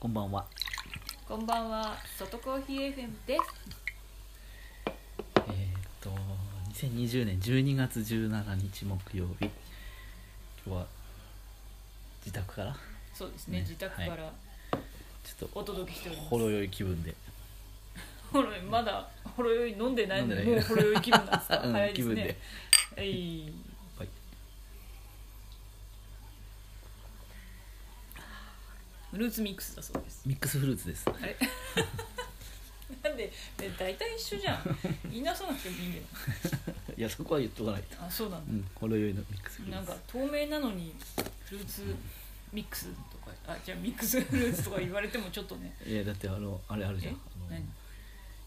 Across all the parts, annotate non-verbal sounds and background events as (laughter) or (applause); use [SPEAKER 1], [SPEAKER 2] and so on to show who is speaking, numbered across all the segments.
[SPEAKER 1] こんばんは。
[SPEAKER 2] こんばんは、外コーヒー FM です。
[SPEAKER 1] えーっと、2020年12月17日木曜日。今日は。自宅から。
[SPEAKER 2] そうですね、
[SPEAKER 1] ね
[SPEAKER 2] 自宅から
[SPEAKER 1] ちょっ
[SPEAKER 2] お
[SPEAKER 1] と。
[SPEAKER 2] 届けしております。
[SPEAKER 1] ほろ酔い気分で。
[SPEAKER 2] ほろ酔いまだほろ酔い飲んでないのに、
[SPEAKER 1] 飲んで
[SPEAKER 2] もう
[SPEAKER 1] ない
[SPEAKER 2] ほろ酔い気分なんですか。
[SPEAKER 1] (laughs) うん
[SPEAKER 2] 早いで
[SPEAKER 1] 気
[SPEAKER 2] す
[SPEAKER 1] 分
[SPEAKER 2] ね
[SPEAKER 1] で。。
[SPEAKER 2] は
[SPEAKER 1] は
[SPEAKER 2] い。
[SPEAKER 1] い。
[SPEAKER 2] フルーツミックスだそうです。
[SPEAKER 1] ミックスフルーツです。
[SPEAKER 2] あれなんで、え大体一緒じゃん。
[SPEAKER 1] (laughs)
[SPEAKER 2] 言いなさなくてもいいんだよ。
[SPEAKER 1] いや、そこは言っとかないと。
[SPEAKER 2] あ、そうなん
[SPEAKER 1] う
[SPEAKER 2] だ。
[SPEAKER 1] ん、ほろ酔いのミックスフルーツ。
[SPEAKER 2] なんか透明なのにフルーツミックスとか、あ、じゃあミックスフルーツとか言われてもちょっとね。
[SPEAKER 1] いやだってあのあれあるじゃん
[SPEAKER 2] え
[SPEAKER 1] あの
[SPEAKER 2] 何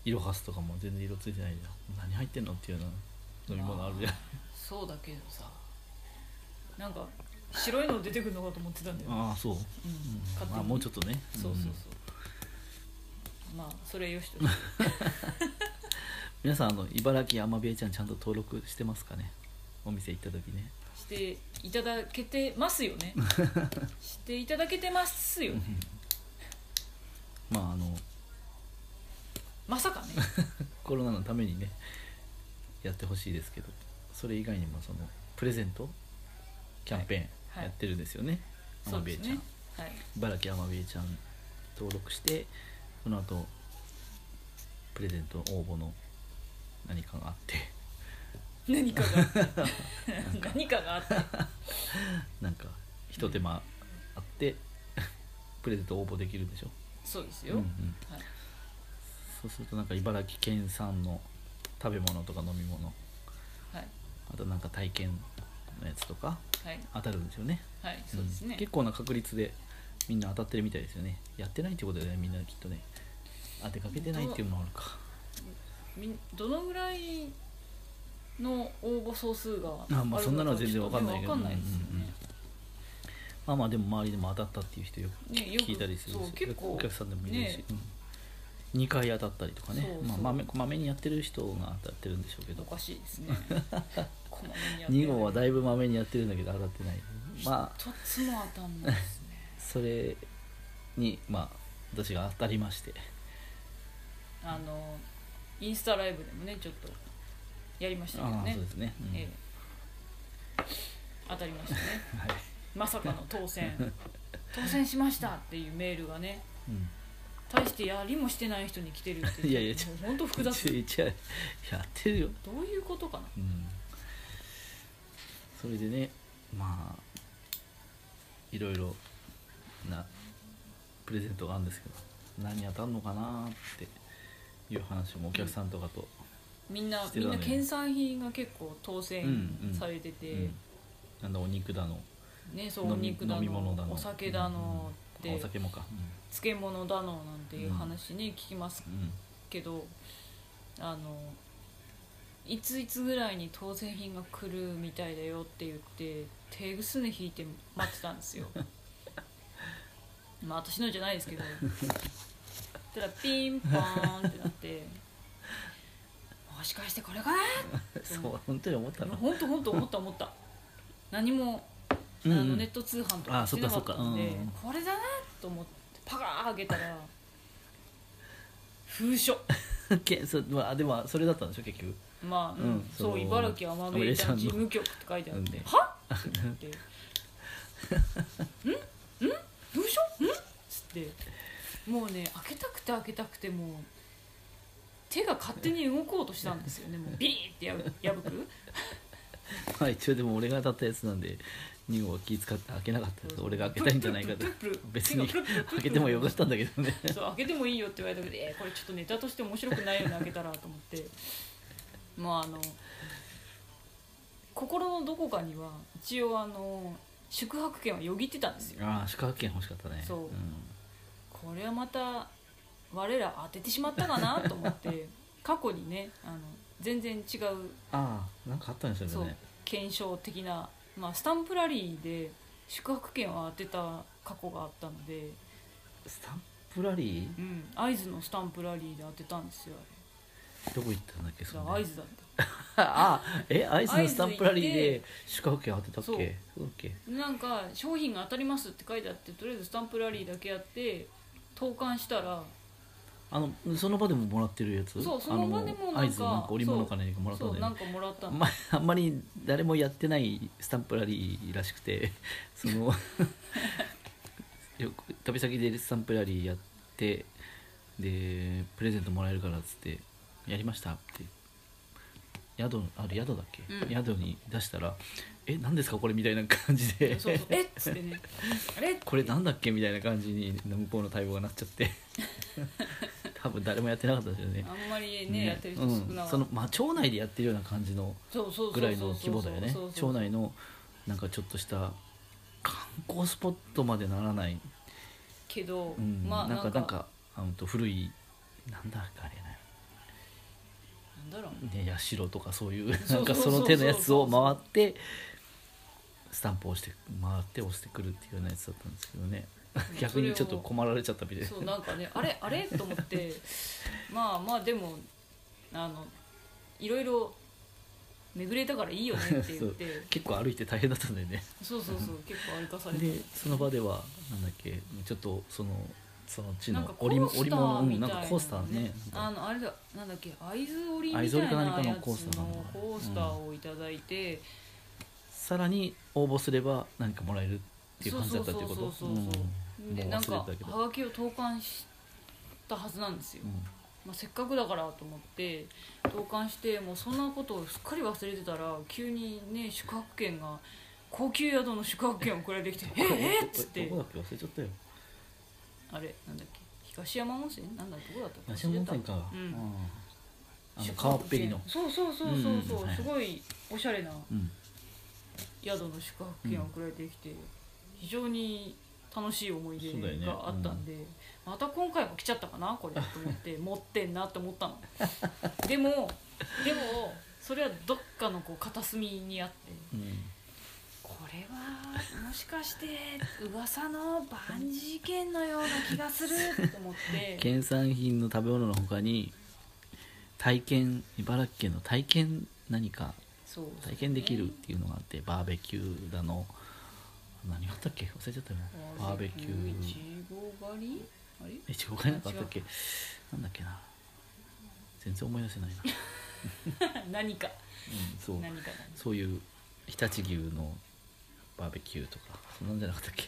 [SPEAKER 1] イロハスとかも全然色ついてないじゃん何入ってんのっていうような飲み物あるじゃん
[SPEAKER 2] そうだけどさなんか白いの出てくるのかと思ってたんだよ、
[SPEAKER 1] ああそう、
[SPEAKER 2] うん
[SPEAKER 1] うん
[SPEAKER 2] 勝手に
[SPEAKER 1] まあもうちょっとね、
[SPEAKER 2] そうそうそうんまあそれはよしと
[SPEAKER 1] (laughs)
[SPEAKER 2] して
[SPEAKER 1] 皆さんあの茨城アマビエちゃんちゃんと登録してますかねお店行った時ね
[SPEAKER 2] していただけてますよ
[SPEAKER 1] (laughs)
[SPEAKER 2] ねしていただけてますよね
[SPEAKER 1] まああの
[SPEAKER 2] まさ
[SPEAKER 1] (laughs)
[SPEAKER 2] かね
[SPEAKER 1] コロナのためにねやってほしいですけどそれ以外にもそのプレゼントキャンペー
[SPEAKER 2] は
[SPEAKER 1] ン
[SPEAKER 2] い
[SPEAKER 1] やってるんですよね、
[SPEAKER 2] そ
[SPEAKER 1] ア
[SPEAKER 2] う
[SPEAKER 1] マビ
[SPEAKER 2] で
[SPEAKER 1] エ
[SPEAKER 2] す
[SPEAKER 1] ちゃん、
[SPEAKER 2] ねはい
[SPEAKER 1] 茨城アマビエちゃん登録してその後プレゼント応募の何かがあって (laughs)
[SPEAKER 2] 何かがあって何かがあって
[SPEAKER 1] なんかひと手間あって、 (laughs) プレゼント応募できるでしょ、
[SPEAKER 2] そうです
[SPEAKER 1] う
[SPEAKER 2] よ、
[SPEAKER 1] んうん、
[SPEAKER 2] はい、
[SPEAKER 1] そうするとなんか茨城県産の食べ物とか飲み物
[SPEAKER 2] はい
[SPEAKER 1] あとなんか体験のやつとか
[SPEAKER 2] はい
[SPEAKER 1] 当たるんですよね
[SPEAKER 2] はいそうですね、
[SPEAKER 1] ん結構な確率でみんな当たってるみたいですよねやってないってことだよねみんなきっとね当てかけてないっていうのもあるか
[SPEAKER 2] みんどのぐらいの応募総数が
[SPEAKER 1] あまあ
[SPEAKER 2] る
[SPEAKER 1] そんなのは全然わかんないけ
[SPEAKER 2] ち
[SPEAKER 1] ど
[SPEAKER 2] ょっとねわかんないですよね、
[SPEAKER 1] うんうんうんまあまあでも周りでも当たったっていう人よく
[SPEAKER 2] ね、よく
[SPEAKER 1] 聞いたりするし
[SPEAKER 2] そう結構
[SPEAKER 1] お客さんでもいるし、
[SPEAKER 2] ね
[SPEAKER 1] うん、2回当たったりとかね
[SPEAKER 2] そう
[SPEAKER 1] まあ
[SPEAKER 2] そう
[SPEAKER 1] まめまめにやってる人が当たってるんでしょうけ
[SPEAKER 2] お
[SPEAKER 1] ど
[SPEAKER 2] かしいです
[SPEAKER 1] (laughs)
[SPEAKER 2] ねこまめにやって
[SPEAKER 1] 2号は
[SPEAKER 2] 一
[SPEAKER 1] だいぶまめにやってるんだけど当たってないまあ
[SPEAKER 2] つも当たんないですね
[SPEAKER 1] それにまあ私が当たりまして
[SPEAKER 2] あのインスタライブでもねちょっとやりましたけど
[SPEAKER 1] ああ
[SPEAKER 2] ね
[SPEAKER 1] そう、ですね、うん
[SPEAKER 2] ええ当たりましたね
[SPEAKER 1] はい、
[SPEAKER 2] まさかの当
[SPEAKER 1] (laughs)
[SPEAKER 2] 選当選しましたっていうメールがね
[SPEAKER 1] うん
[SPEAKER 2] 大してやりもしてない人に来てるって
[SPEAKER 1] いやいや
[SPEAKER 2] ち
[SPEAKER 1] ち
[SPEAKER 2] ょっともう本当複雑
[SPEAKER 1] 一応やってるよ、
[SPEAKER 2] どういうことかな
[SPEAKER 1] うん、それでねまあいろいろなプレゼントがあるんですけど何当たるのかなっていう話もお客さんとかと、
[SPEAKER 2] みんな、
[SPEAKER 1] して
[SPEAKER 2] み
[SPEAKER 1] た
[SPEAKER 2] ん
[SPEAKER 1] ね
[SPEAKER 2] な県産品が結構当
[SPEAKER 1] うんう
[SPEAKER 2] 選
[SPEAKER 1] ん
[SPEAKER 2] されてて、
[SPEAKER 1] うんなんだお肉だの
[SPEAKER 2] ねそうお
[SPEAKER 1] 飲み
[SPEAKER 2] 肉だ
[SPEAKER 1] 飲み物だ
[SPEAKER 2] の
[SPEAKER 1] の
[SPEAKER 2] お酒だのって、
[SPEAKER 1] あお酒もか、
[SPEAKER 2] 漬物だのなんていう話に聞きます
[SPEAKER 1] うんうん
[SPEAKER 2] けど、あのいついつぐらいに当選品が来るみたいだよって言って手ぐすね引いて待ってたん
[SPEAKER 1] (laughs)
[SPEAKER 2] ですよまあ私のじゃないですけどそしたらピンポーンってなってもしかしてこれかな
[SPEAKER 1] そう本当に思ったの、 (laughs)
[SPEAKER 2] 本当本当思った思った何も
[SPEAKER 1] うんうん
[SPEAKER 2] あのネット通販とか
[SPEAKER 1] あ
[SPEAKER 2] し
[SPEAKER 1] そってか
[SPEAKER 2] なかったんで、
[SPEAKER 1] そっかうん
[SPEAKER 2] これだなと思ってパカー開けたら封書
[SPEAKER 1] けそまあでもそれだったんでしょ結局
[SPEAKER 2] まあ、
[SPEAKER 1] うん
[SPEAKER 2] うんそう
[SPEAKER 1] そう
[SPEAKER 2] 茨城アマビエちゃん事務局って書いてあって
[SPEAKER 1] うん
[SPEAKER 2] 「はっ?」って言って「んん封書ん?」っつってもうね開けたくて開けたくてもう手が勝手に動こうとしたんですよねもうビリーってやぶ破く
[SPEAKER 1] まあ一応でも俺が当たったやつなんで2号は気使って開けなかったです俺が開けたいんじゃないかと
[SPEAKER 2] プルプルプルプル
[SPEAKER 1] 別に
[SPEAKER 2] 手がプルプルプルプル
[SPEAKER 1] 開けてもよかったんだけどね
[SPEAKER 2] そう開けてもいいよって言われたけど、えーこれちょっとネタとして面白くないよね開けたらと思ってまああの心のどこかには一応あの宿泊券はよぎってたんですよ
[SPEAKER 1] ああ宿泊券欲しかったね
[SPEAKER 2] そうんこれはまた我ら当ててしまったかなと
[SPEAKER 1] (laughs)
[SPEAKER 2] 思って過去にねあの全然違う
[SPEAKER 1] ああなんかあったんですよ
[SPEAKER 2] そう
[SPEAKER 1] ね
[SPEAKER 2] 検証的な、まあ、スタンプラリーで宿泊券を当てた過去があったので、
[SPEAKER 1] スタンプラリ
[SPEAKER 2] うん、会津のスタンプラリーで当てたんですよ
[SPEAKER 1] ーどこ行ったんだっけ
[SPEAKER 2] あれ
[SPEAKER 1] そ
[SPEAKER 2] だ
[SPEAKER 1] の
[SPEAKER 2] から会津だった
[SPEAKER 1] (laughs) ああえアイスのスタンプラリー
[SPEAKER 2] 会津行
[SPEAKER 1] で宿泊券当てたっけ
[SPEAKER 2] そう
[SPEAKER 1] そうだっけ
[SPEAKER 2] なんか商品が当たりますって書いてあってとりあえずスタンプラリーだけやって投函したら
[SPEAKER 1] あのその場でももらってるやつ
[SPEAKER 2] そうその場でも
[SPEAKER 1] あの
[SPEAKER 2] な
[SPEAKER 1] 合
[SPEAKER 2] んか
[SPEAKER 1] 図なんか織物か何かもらったん
[SPEAKER 2] そ
[SPEAKER 1] だよ
[SPEAKER 2] うな
[SPEAKER 1] ね
[SPEAKER 2] んかもらった
[SPEAKER 1] あ
[SPEAKER 2] の
[SPEAKER 1] んまあんまり誰もやってないスタンプラリーらしく
[SPEAKER 2] (laughs)
[SPEAKER 1] てそのよく旅先でスタンプラリーやってでプレゼントもらえるからっつって「やりました」って宿あれ宿だっけ、
[SPEAKER 2] うん
[SPEAKER 1] 宿に出したら「え何ですかこれ」みたいな感じで
[SPEAKER 2] そうそうえっつって
[SPEAKER 1] (laughs)
[SPEAKER 2] ねあれ
[SPEAKER 1] これなんだっけみたいな感じに向こうの対応がなっちゃって
[SPEAKER 2] (laughs)
[SPEAKER 1] 多分誰もやってなかったですよね
[SPEAKER 2] あんまりねやってる人
[SPEAKER 1] う
[SPEAKER 2] 少
[SPEAKER 1] ん
[SPEAKER 2] なかった、
[SPEAKER 1] そのまあ町内でやってるような感じの
[SPEAKER 2] そうそうそうそう
[SPEAKER 1] ぐらいの規模だよね
[SPEAKER 2] そうそうそう
[SPEAKER 1] 町内のなんかちょっとした観光スポットまでならない、
[SPEAKER 2] けど、
[SPEAKER 1] うん
[SPEAKER 2] まあ
[SPEAKER 1] な
[SPEAKER 2] なん
[SPEAKER 1] か
[SPEAKER 2] んか
[SPEAKER 1] なんかあのと古いなんだっけあれね
[SPEAKER 2] なんだろう
[SPEAKER 1] ね社とかそういう
[SPEAKER 2] そ
[SPEAKER 1] な
[SPEAKER 2] うん
[SPEAKER 1] か
[SPEAKER 2] そ
[SPEAKER 1] そう
[SPEAKER 2] そう
[SPEAKER 1] の手のやつを回ってスタンプを押して回って押してくるっていうようなやつだったんですけどね
[SPEAKER 2] ん
[SPEAKER 1] 逆にちょっ
[SPEAKER 2] そ
[SPEAKER 1] と
[SPEAKER 2] れを
[SPEAKER 1] 困られちゃったみたいな
[SPEAKER 2] そうなんかねあれあれと (laughs) 思ってまあまあでもあのいろいろ巡れたからいいよねって言って
[SPEAKER 1] (laughs) 結構歩いて大変だったんだよね
[SPEAKER 2] そうそうそう結構歩かされて
[SPEAKER 1] でその場ではなんだっけちょっとそのその地
[SPEAKER 2] なん
[SPEAKER 1] の
[SPEAKER 2] かコースター
[SPEAKER 1] うん
[SPEAKER 2] み
[SPEAKER 1] な
[SPEAKER 2] た
[SPEAKER 1] いん
[SPEAKER 2] な
[SPEAKER 1] か
[SPEAKER 2] のね
[SPEAKER 1] コースターね
[SPEAKER 2] あのあれだなんだっけ会津織みたい
[SPEAKER 1] 会津織か何
[SPEAKER 2] な
[SPEAKER 1] かの
[SPEAKER 2] や
[SPEAKER 1] コース
[SPEAKER 2] つ
[SPEAKER 1] ターな
[SPEAKER 2] の
[SPEAKER 1] の
[SPEAKER 2] コースターをいただいて、
[SPEAKER 1] さらに応募すれば何かもらえるっていう感じだったってこと
[SPEAKER 2] そうそうそうそうそう
[SPEAKER 1] うん
[SPEAKER 2] で
[SPEAKER 1] もう
[SPEAKER 2] なん
[SPEAKER 1] 忘れ
[SPEAKER 2] か
[SPEAKER 1] てたけ
[SPEAKER 2] は
[SPEAKER 1] ど、
[SPEAKER 2] がきを投函したはずなんですよ、
[SPEAKER 1] うん
[SPEAKER 2] まあ、せっかくだからと思って投函してもうそんなことをすっかり忘れてたら急にね宿泊券が高級宿の宿泊券送られて
[SPEAKER 1] (laughs)
[SPEAKER 2] きて「ええっ!」っつって
[SPEAKER 1] どこだっけ忘れちゃったよ
[SPEAKER 2] あれなんだっけ東山温泉なんだどこだった
[SPEAKER 1] 梨山温泉
[SPEAKER 2] 忘れ
[SPEAKER 1] か、
[SPEAKER 2] うん
[SPEAKER 1] あ
[SPEAKER 2] た
[SPEAKER 1] の
[SPEAKER 2] 宿
[SPEAKER 1] 川っ
[SPEAKER 2] 泊
[SPEAKER 1] ぺ
[SPEAKER 2] 券
[SPEAKER 1] りの
[SPEAKER 2] そうそうそうそうそう、
[SPEAKER 1] うんはい
[SPEAKER 2] すごいおしゃれな
[SPEAKER 1] うん
[SPEAKER 2] 宿の宿泊券が送られてきて、非常に楽しい思い
[SPEAKER 1] そうだよ
[SPEAKER 2] 出
[SPEAKER 1] ね
[SPEAKER 2] があったんで、また今回も来ちゃったかなこれと思っ
[SPEAKER 1] (laughs)
[SPEAKER 2] て持ってんなって思ったのでもでもそれはどっかのこう片隅にあって
[SPEAKER 1] うん
[SPEAKER 2] これはもしかして噂のバンジー券のような気がすると
[SPEAKER 1] (laughs)
[SPEAKER 2] 思って
[SPEAKER 1] 県産品の食べ物の他に体験茨城県の体験何か
[SPEAKER 2] そう
[SPEAKER 1] 体験できるっていうのがあってバーベキューだの何があったっけ忘れちゃったよバーベキュ
[SPEAKER 2] い
[SPEAKER 1] ー
[SPEAKER 2] ちご狩りあれ
[SPEAKER 1] え違うかなんかあったっけなんだっけな全然思い出せないな、
[SPEAKER 2] (laughs) 何か
[SPEAKER 1] うん、そう
[SPEAKER 2] 何かだね
[SPEAKER 1] そういう日立牛のバーベキューとかそんなんじゃなかったっけ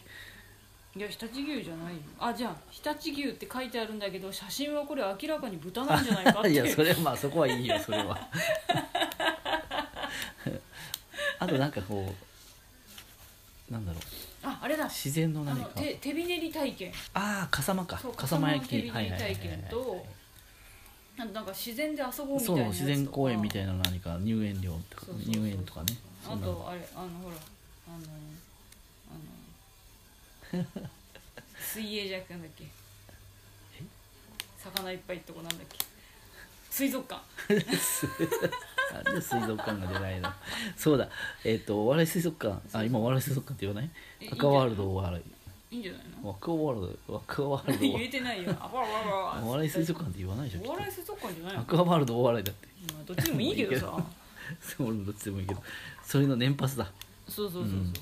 [SPEAKER 2] いや日立牛じゃないよあじゃあ日立牛って書いてあるんだけど写真はこれ明らかに豚なんじゃないかっ
[SPEAKER 1] (laughs)
[SPEAKER 2] て
[SPEAKER 1] いやそれはまあそこはいいよそれは (laughs) あとなんかこうなんだろう
[SPEAKER 2] ああれだ
[SPEAKER 1] 自然の
[SPEAKER 2] あ
[SPEAKER 1] 何
[SPEAKER 2] の
[SPEAKER 1] か
[SPEAKER 2] 手手びねり体験
[SPEAKER 1] ああ笠間か
[SPEAKER 2] そう
[SPEAKER 1] 笠間焼き
[SPEAKER 2] 笠間の手びねり体験と
[SPEAKER 1] はいはいはいはい
[SPEAKER 2] なんかなんか自然で遊ぼうみた
[SPEAKER 1] そ
[SPEAKER 2] いうなやつ
[SPEAKER 1] 自然公園みた
[SPEAKER 2] い
[SPEAKER 1] いな何か入園料とか
[SPEAKER 2] そうそうそう
[SPEAKER 1] 入園とかねそ
[SPEAKER 2] あ
[SPEAKER 1] んなの
[SPEAKER 2] とあれあのほらあのあの水泳じゃなくてなんだっけ魚いっぱいってとこなんだっけ水族館
[SPEAKER 1] なんで水族館が出ないのそうだえっ、とお笑い水族館あ今お笑い水族館って言わない
[SPEAKER 2] えいいんじゃ
[SPEAKER 1] 赤
[SPEAKER 2] ない
[SPEAKER 1] ワールドお笑い
[SPEAKER 2] いいんじゃないの
[SPEAKER 1] ワクワールドワクワール
[SPEAKER 2] 言
[SPEAKER 1] ド
[SPEAKER 2] えてないよあわわわわ
[SPEAKER 1] お笑い水族館って言わないでしょきっ
[SPEAKER 2] お
[SPEAKER 1] と
[SPEAKER 2] 笑い水族館じゃないの
[SPEAKER 1] アクアワールドお笑いだって
[SPEAKER 2] まあどっちでもいいけ
[SPEAKER 1] (laughs)
[SPEAKER 2] どさ
[SPEAKER 1] そう俺もどっちでもいいけどそれの年パスだ
[SPEAKER 2] そうそうそうそう、
[SPEAKER 1] うん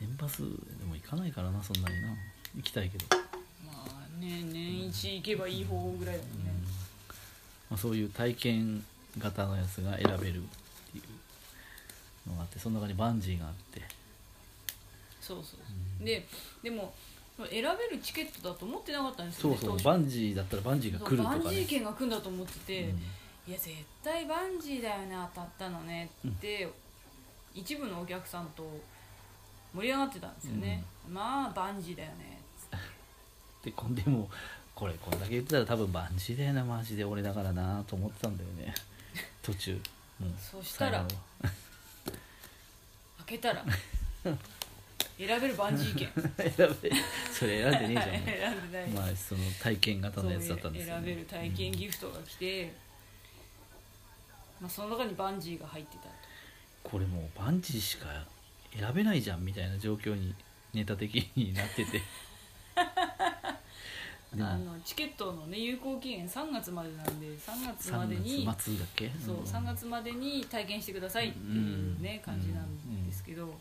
[SPEAKER 1] 年パスでも行かないからなそんなにな行きたいけど、
[SPEAKER 2] まあね年一行けばいい方ぐらいだもんね、
[SPEAKER 1] まあ、そういう体験型のやつが選べるっていうのがあってその中にバンジーがあって
[SPEAKER 2] そうそうそうででも選べるチケットだと思ってなかったんですよ
[SPEAKER 1] そう
[SPEAKER 2] ね
[SPEAKER 1] そう
[SPEAKER 2] 当初
[SPEAKER 1] バンジーだったらバンジーが来ると
[SPEAKER 2] そうバ
[SPEAKER 1] か
[SPEAKER 2] ンジ
[SPEAKER 1] ね
[SPEAKER 2] ー券が来るんだと思ってて、
[SPEAKER 1] うん
[SPEAKER 2] いや絶対バンジーだよね当たったのねって、一部のお客さんと盛り上がってたんですよね、まあバンジーだよね
[SPEAKER 1] でこんでもこれこんだけ言ってたら多分バンジーだよなマジで俺だからなと思ってたんだよね途中もう
[SPEAKER 2] そしたら
[SPEAKER 1] 最後は
[SPEAKER 2] 開け
[SPEAKER 1] (laughs)
[SPEAKER 2] たら選べるバンジー券
[SPEAKER 1] 選べそれ選んでねえ
[SPEAKER 2] (laughs) 選んでない
[SPEAKER 1] じゃん、まあその体験型
[SPEAKER 2] そう
[SPEAKER 1] のやつだったんですよ、ね、
[SPEAKER 2] 選べる体験ギフトが来て、まあ、その中にバンジーが入ってたと
[SPEAKER 1] これもうバンジーしか選べないじゃんみたいな状況にネタ的になって (laughs) てでも
[SPEAKER 2] あのチケットの、ね、有効期限3月までなんで3月まで
[SPEAKER 1] 3
[SPEAKER 2] に
[SPEAKER 1] 月末だっけ
[SPEAKER 2] そう
[SPEAKER 1] うん
[SPEAKER 2] 3月までに体験してくださいっていう、ね
[SPEAKER 1] うん
[SPEAKER 2] 感じなんですけど、ね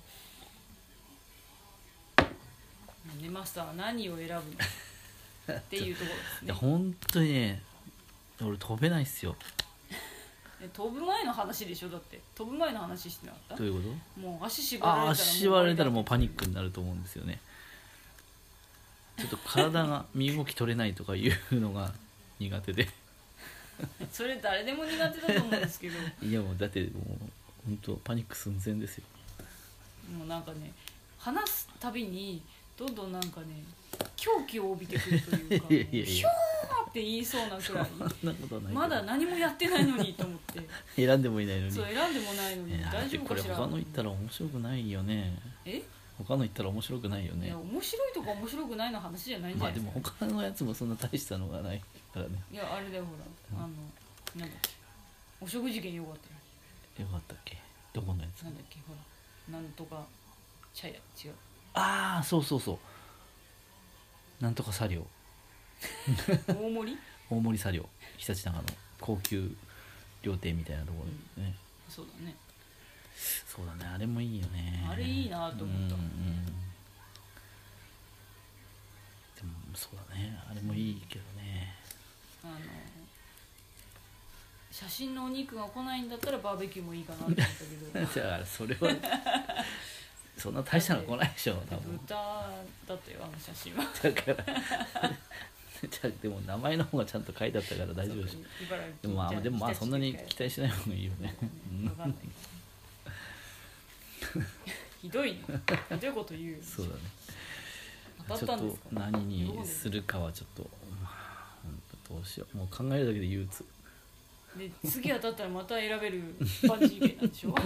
[SPEAKER 2] マスターは何を選ぶのっていうと
[SPEAKER 1] (laughs)
[SPEAKER 2] こ
[SPEAKER 1] い
[SPEAKER 2] ろ
[SPEAKER 1] や
[SPEAKER 2] ですね
[SPEAKER 1] 本当にね俺飛べないっすよ
[SPEAKER 2] え飛ぶ前の話でしょだって飛ぶ前の話してなかっ
[SPEAKER 1] どういうこと
[SPEAKER 2] たもう足縛られたら
[SPEAKER 1] あ
[SPEAKER 2] もう
[SPEAKER 1] あ縛られたらもうパニックになると思うんですよねちょっと体が身動き取れないとかいうのが苦手で
[SPEAKER 2] (laughs) それ誰でも苦手だと思うんですけど
[SPEAKER 1] いやもうだってもう本当パニック寸前ですよ
[SPEAKER 2] もうなんかね話すたびにどんどんなんかね狂気を帯びてくるというか、
[SPEAKER 1] いやいやい
[SPEAKER 2] ひ
[SPEAKER 1] や
[SPEAKER 2] ょーって言いそうなくらい
[SPEAKER 1] そんなことはないけど
[SPEAKER 2] まだ何もやってないのにと思って
[SPEAKER 1] 選んでもいないのに
[SPEAKER 2] そう選んでもないのに
[SPEAKER 1] いやだ
[SPEAKER 2] 大
[SPEAKER 1] って
[SPEAKER 2] 丈
[SPEAKER 1] こ
[SPEAKER 2] 夫
[SPEAKER 1] れ
[SPEAKER 2] かしら
[SPEAKER 1] 他の行ったら面白くないよね
[SPEAKER 2] え
[SPEAKER 1] 他の行ったら面白くないよ
[SPEAKER 2] い
[SPEAKER 1] ね
[SPEAKER 2] や面白いとか面白くないの話じゃないんじ
[SPEAKER 1] ま
[SPEAKER 2] ゃ
[SPEAKER 1] あ
[SPEAKER 2] ない
[SPEAKER 1] で
[SPEAKER 2] です
[SPEAKER 1] も
[SPEAKER 2] か、
[SPEAKER 1] 他のやつもそんな大したのがないからね
[SPEAKER 2] いやあれだよほら、
[SPEAKER 1] うん
[SPEAKER 2] あのなんだっけお食事券よかったよ
[SPEAKER 1] よかったっけどこのやつ
[SPEAKER 2] なんだっけほらなんとか茶屋違う
[SPEAKER 1] ああそうそうそうなんとか作業
[SPEAKER 2] 大盛り
[SPEAKER 1] 大森茶寮ひたちなかの高級料亭みたいなところね、
[SPEAKER 2] そうだね
[SPEAKER 1] そうだねあれもいいよね
[SPEAKER 2] あれいいなと思った
[SPEAKER 1] うんうんでもそうだねあれもいいけどね (laughs)
[SPEAKER 2] あの写真のお肉が来ないんだったらバーベキューもいいかなと思ったけど
[SPEAKER 1] だからそれはそんな大したの来ないでし
[SPEAKER 2] (laughs)
[SPEAKER 1] ょ (laughs) 多分
[SPEAKER 2] 豚だったよあの写真は
[SPEAKER 1] だから (laughs) じゃあでも名前の方がちゃんと書いてあったから大丈夫でしょ
[SPEAKER 2] そう茨城
[SPEAKER 1] でもま
[SPEAKER 2] じゃ
[SPEAKER 1] あでもまあそんなに
[SPEAKER 2] 日立
[SPEAKER 1] 期待しない方がいいよね (laughs)
[SPEAKER 2] うんわかんないけどひどいねひどいこと言うよ
[SPEAKER 1] そうだね
[SPEAKER 2] 当た
[SPEAKER 1] ち
[SPEAKER 2] っ
[SPEAKER 1] ょ
[SPEAKER 2] た
[SPEAKER 1] っ
[SPEAKER 2] んで
[SPEAKER 1] と
[SPEAKER 2] すか
[SPEAKER 1] 何にするかはちょっとまあほんとどうしようもう考えるだけで憂鬱
[SPEAKER 2] で次当たったらまた選べるバンジー系なんでしょ (laughs) も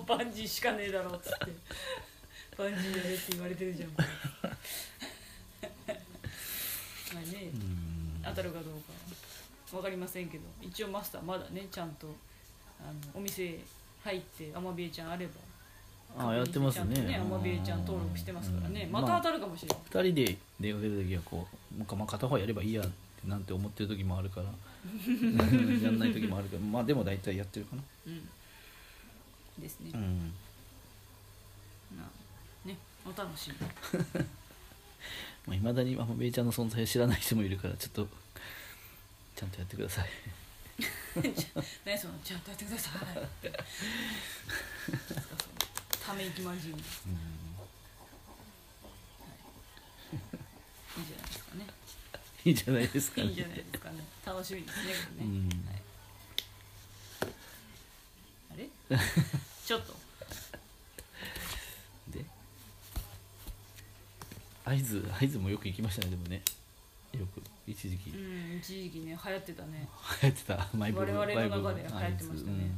[SPEAKER 2] うバンジーしかねえだろっつってバンジーやれって言われてるじゃん (laughs) まあね
[SPEAKER 1] うん
[SPEAKER 2] 当たるかどうかわかりませんけど一応マスターまだねちゃんとあのお店入ってアマビエちゃんあれば
[SPEAKER 1] ああやってます
[SPEAKER 2] 確認して
[SPEAKER 1] ね
[SPEAKER 2] ちゃんとアマビエちゃん登録してますからねまた
[SPEAKER 1] た
[SPEAKER 2] 当たるかもしれない、
[SPEAKER 1] 2人で出かける時はこうなんかまあ片方やればいいやってなんて思ってる時もあ
[SPEAKER 2] (laughs)
[SPEAKER 1] るからやんない時もあるからまあでも大体やってるかな
[SPEAKER 2] うん、ですね、
[SPEAKER 1] うん
[SPEAKER 2] まあねお楽しみ
[SPEAKER 1] まあ、未だにママベイちゃんの存在を知らない人もいるからちょっとちゃんとやってください (laughs)
[SPEAKER 2] (laughs) ねそのちゃんとやってくださいって (laughs) なんかそのため息まじりいいじゃないですかね
[SPEAKER 1] いいじゃないですか、
[SPEAKER 2] いいじゃないですかね楽しみですねこ
[SPEAKER 1] う
[SPEAKER 2] れね、
[SPEAKER 1] ん
[SPEAKER 2] はいあれちょっと
[SPEAKER 1] で会津会津もよく行きましたねでもねよく一時期
[SPEAKER 2] うん一時期ね流行ってたね
[SPEAKER 1] (laughs) 流行ってたマイブーム
[SPEAKER 2] 我々の中
[SPEAKER 1] マイブ
[SPEAKER 2] で
[SPEAKER 1] ーム
[SPEAKER 2] 流行ってましたね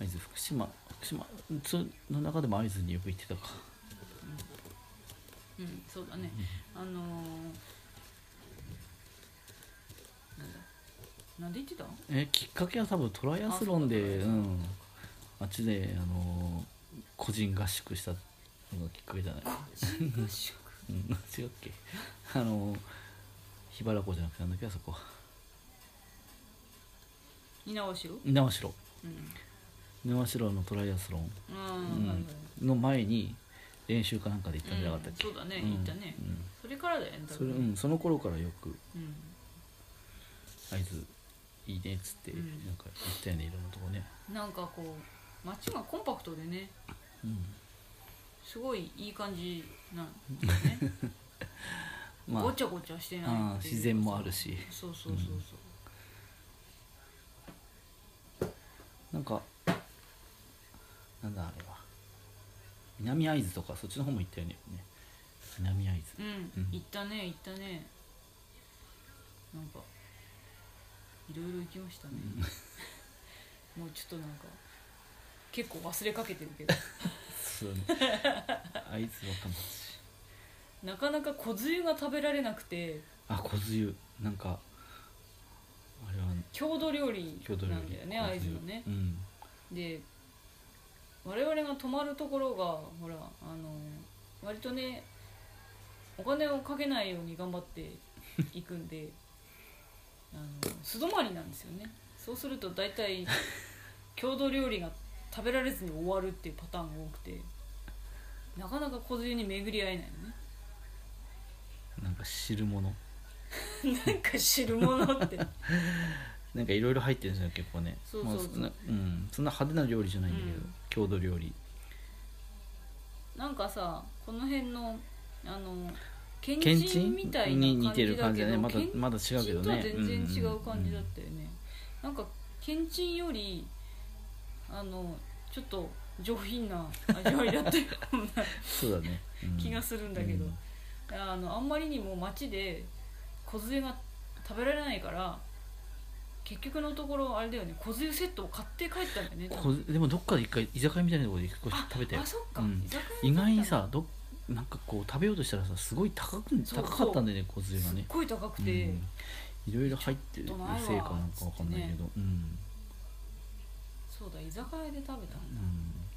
[SPEAKER 1] 会津うん会津福島福島その中でも会津によく行ってたか
[SPEAKER 2] うんそうだねあのー、なんだなんで言って (laughs) た
[SPEAKER 1] えきっかけは多分トライアスロンで
[SPEAKER 2] あそう
[SPEAKER 1] う
[SPEAKER 2] だ
[SPEAKER 1] んあっちであのー個人合宿したのがきっかけじゃない
[SPEAKER 2] 合宿
[SPEAKER 1] うん違うっけあの桧原湖じゃなくてなんだっけあそこ
[SPEAKER 2] 稲葉城
[SPEAKER 1] 猪苗代
[SPEAKER 2] うん
[SPEAKER 1] 猪苗代のトライアスロン、
[SPEAKER 2] あ
[SPEAKER 1] う
[SPEAKER 2] ー
[SPEAKER 1] ん
[SPEAKER 2] はいはい
[SPEAKER 1] の前に練習かなんかで行ったんじゃなかったっけ、
[SPEAKER 2] うんそうだね
[SPEAKER 1] うん
[SPEAKER 2] 行ったね、
[SPEAKER 1] うん
[SPEAKER 2] それからだよね多
[SPEAKER 1] それ
[SPEAKER 2] 分
[SPEAKER 1] うん、その頃からよく
[SPEAKER 2] うん
[SPEAKER 1] 会津いいねっつって、
[SPEAKER 2] うん
[SPEAKER 1] なんか行ったよねいろんなとこね、
[SPEAKER 2] なんかこう街がコンパクトでね
[SPEAKER 1] うん、
[SPEAKER 2] すごいいい感じなんだよね、
[SPEAKER 1] (laughs) ま
[SPEAKER 2] ご
[SPEAKER 1] あ
[SPEAKER 2] ちゃごちゃしてない
[SPEAKER 1] あー
[SPEAKER 2] っていう
[SPEAKER 1] 自然もあるし
[SPEAKER 2] そうそうそうそう、
[SPEAKER 1] なんかなんだあれは南会津とかそっちの方も行ったよねね南会津
[SPEAKER 2] うん
[SPEAKER 1] うん
[SPEAKER 2] 行ったね行ったねなんかいろいろ行きましたね、 (laughs) もうちょっとなんか結構忘れかけてるけど
[SPEAKER 1] そう
[SPEAKER 2] (laughs)
[SPEAKER 1] ね会津若松
[SPEAKER 2] なかなか小露が食べられなくて
[SPEAKER 1] あ小露なんかあれは
[SPEAKER 2] 郷土料理
[SPEAKER 1] 郷土料
[SPEAKER 2] な
[SPEAKER 1] 理
[SPEAKER 2] んだよね
[SPEAKER 1] 小
[SPEAKER 2] 会津のね
[SPEAKER 1] うん
[SPEAKER 2] で我々が泊まるところがほらあの割とねお金をかけないように頑張っていくんで (laughs) あの素泊まりなんですよねそうすると大
[SPEAKER 1] (laughs)
[SPEAKER 2] 体郷土料理が食べられずに終わるっていうパターンが多くてなかなか小銭に巡り合えない
[SPEAKER 1] なんか汁物
[SPEAKER 2] のねなんか汁物
[SPEAKER 1] (laughs)
[SPEAKER 2] って
[SPEAKER 1] なんかいろいろ入ってるんですよ結構ね
[SPEAKER 2] そうそうそ
[SPEAKER 1] ま
[SPEAKER 2] う
[SPEAKER 1] あそんなうん、そんな派手な料理じゃないんだけど、
[SPEAKER 2] うん
[SPEAKER 1] 郷土料理
[SPEAKER 2] なんかさこの辺のあのけ
[SPEAKER 1] け
[SPEAKER 2] ん
[SPEAKER 1] ん
[SPEAKER 2] ち
[SPEAKER 1] ち
[SPEAKER 2] ん
[SPEAKER 1] ん
[SPEAKER 2] みたい
[SPEAKER 1] に
[SPEAKER 2] な
[SPEAKER 1] 似
[SPEAKER 2] 感じ
[SPEAKER 1] てる
[SPEAKER 2] だ
[SPEAKER 1] 感じ
[SPEAKER 2] け
[SPEAKER 1] だ
[SPEAKER 2] ど
[SPEAKER 1] ねま
[SPEAKER 2] け
[SPEAKER 1] だ
[SPEAKER 2] ん
[SPEAKER 1] まだ違うけど
[SPEAKER 2] とは
[SPEAKER 1] ね
[SPEAKER 2] 全然違う感じだ
[SPEAKER 1] う
[SPEAKER 2] っ
[SPEAKER 1] ん
[SPEAKER 2] たよね、なんかけんちんよりあのちょっと上品な味わいだったような
[SPEAKER 1] そうだね、うん
[SPEAKER 2] 気がするんだけど、
[SPEAKER 1] うん
[SPEAKER 2] あのあんまりにも街で梢が食べられないから結局のところあれだよね梢セットを買って帰ったんだよね多分
[SPEAKER 1] こでもどっかで一回居酒屋みたいなところで一個
[SPEAKER 2] あ
[SPEAKER 1] 食べたよ
[SPEAKER 2] あそっか、
[SPEAKER 1] うん
[SPEAKER 2] 居酒屋だった
[SPEAKER 1] 意
[SPEAKER 2] んだ
[SPEAKER 1] 外にさどなんかこう食べようとしたらさすごい高く
[SPEAKER 2] そうそう
[SPEAKER 1] 高かったんだよね小
[SPEAKER 2] す
[SPEAKER 1] 杖が
[SPEAKER 2] っ
[SPEAKER 1] ね
[SPEAKER 2] ごい高く
[SPEAKER 1] う
[SPEAKER 2] て、
[SPEAKER 1] んいろいろ入ってる
[SPEAKER 2] ちょっとないわ
[SPEAKER 1] せいかなんかわかんないけど、うん
[SPEAKER 2] そうだ居酒屋で食べたんだ、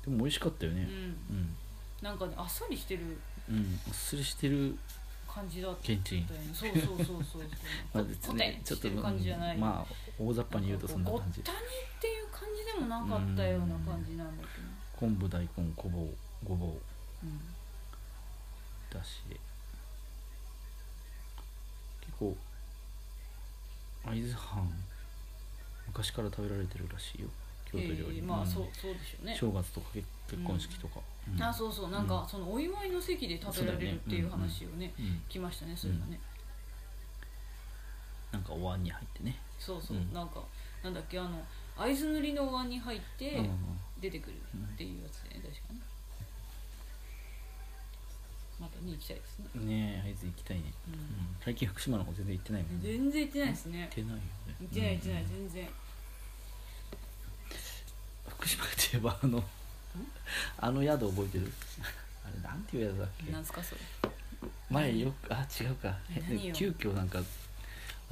[SPEAKER 1] うん、でも美味しかったよ
[SPEAKER 2] うん
[SPEAKER 1] ねうん
[SPEAKER 2] なんかねあっさりしてる
[SPEAKER 1] うん、おっすりしてる
[SPEAKER 2] 感じだった
[SPEAKER 1] けんちん
[SPEAKER 2] よねそうそうそうそうそう
[SPEAKER 1] まあ別
[SPEAKER 2] コ
[SPEAKER 1] に
[SPEAKER 2] テ
[SPEAKER 1] ね
[SPEAKER 2] ン
[SPEAKER 1] ちょっ
[SPEAKER 2] して
[SPEAKER 1] と、
[SPEAKER 2] る感じじゃない、
[SPEAKER 1] うんまあ大雑把に言うとそんな感じ
[SPEAKER 2] ごったにっていう感じでもなかったような感じなんだけど、
[SPEAKER 1] 昆布大根ごぼうごぼう
[SPEAKER 2] うん
[SPEAKER 1] だしで結構会津藩昔から食べられてるらしいよ京都料理、
[SPEAKER 2] えーまあ
[SPEAKER 1] ん
[SPEAKER 2] そうそうでしょうね
[SPEAKER 1] 正月とか結結婚式とか、うん
[SPEAKER 2] あそうそうなん
[SPEAKER 1] う
[SPEAKER 2] か
[SPEAKER 1] ん
[SPEAKER 2] そのお祝いの席で食べられるっていう話をね
[SPEAKER 1] うん
[SPEAKER 2] 来ましたねそれがね、
[SPEAKER 1] なんかお椀に入ってね、
[SPEAKER 2] そうそう、
[SPEAKER 1] うん
[SPEAKER 2] なんかなんだっけあの会津塗りのお椀に入って
[SPEAKER 1] うんうん
[SPEAKER 2] 出てくるっていうやつでね確かねまたに行きたいですね、
[SPEAKER 1] うんねえ会津行きたいね、
[SPEAKER 2] う
[SPEAKER 1] うんん、最近福島の方全然行ってないもんね
[SPEAKER 2] 全然行ってないですね
[SPEAKER 1] 行ってないよね
[SPEAKER 2] 行ってない行ってない
[SPEAKER 1] うん
[SPEAKER 2] 全然
[SPEAKER 1] 福島って言えばあのあの宿覚えてる (laughs) あれなんていう宿だっけ
[SPEAKER 2] なんすかそれ
[SPEAKER 1] 前よくあ違うか
[SPEAKER 2] 何よ
[SPEAKER 1] 急遽なんか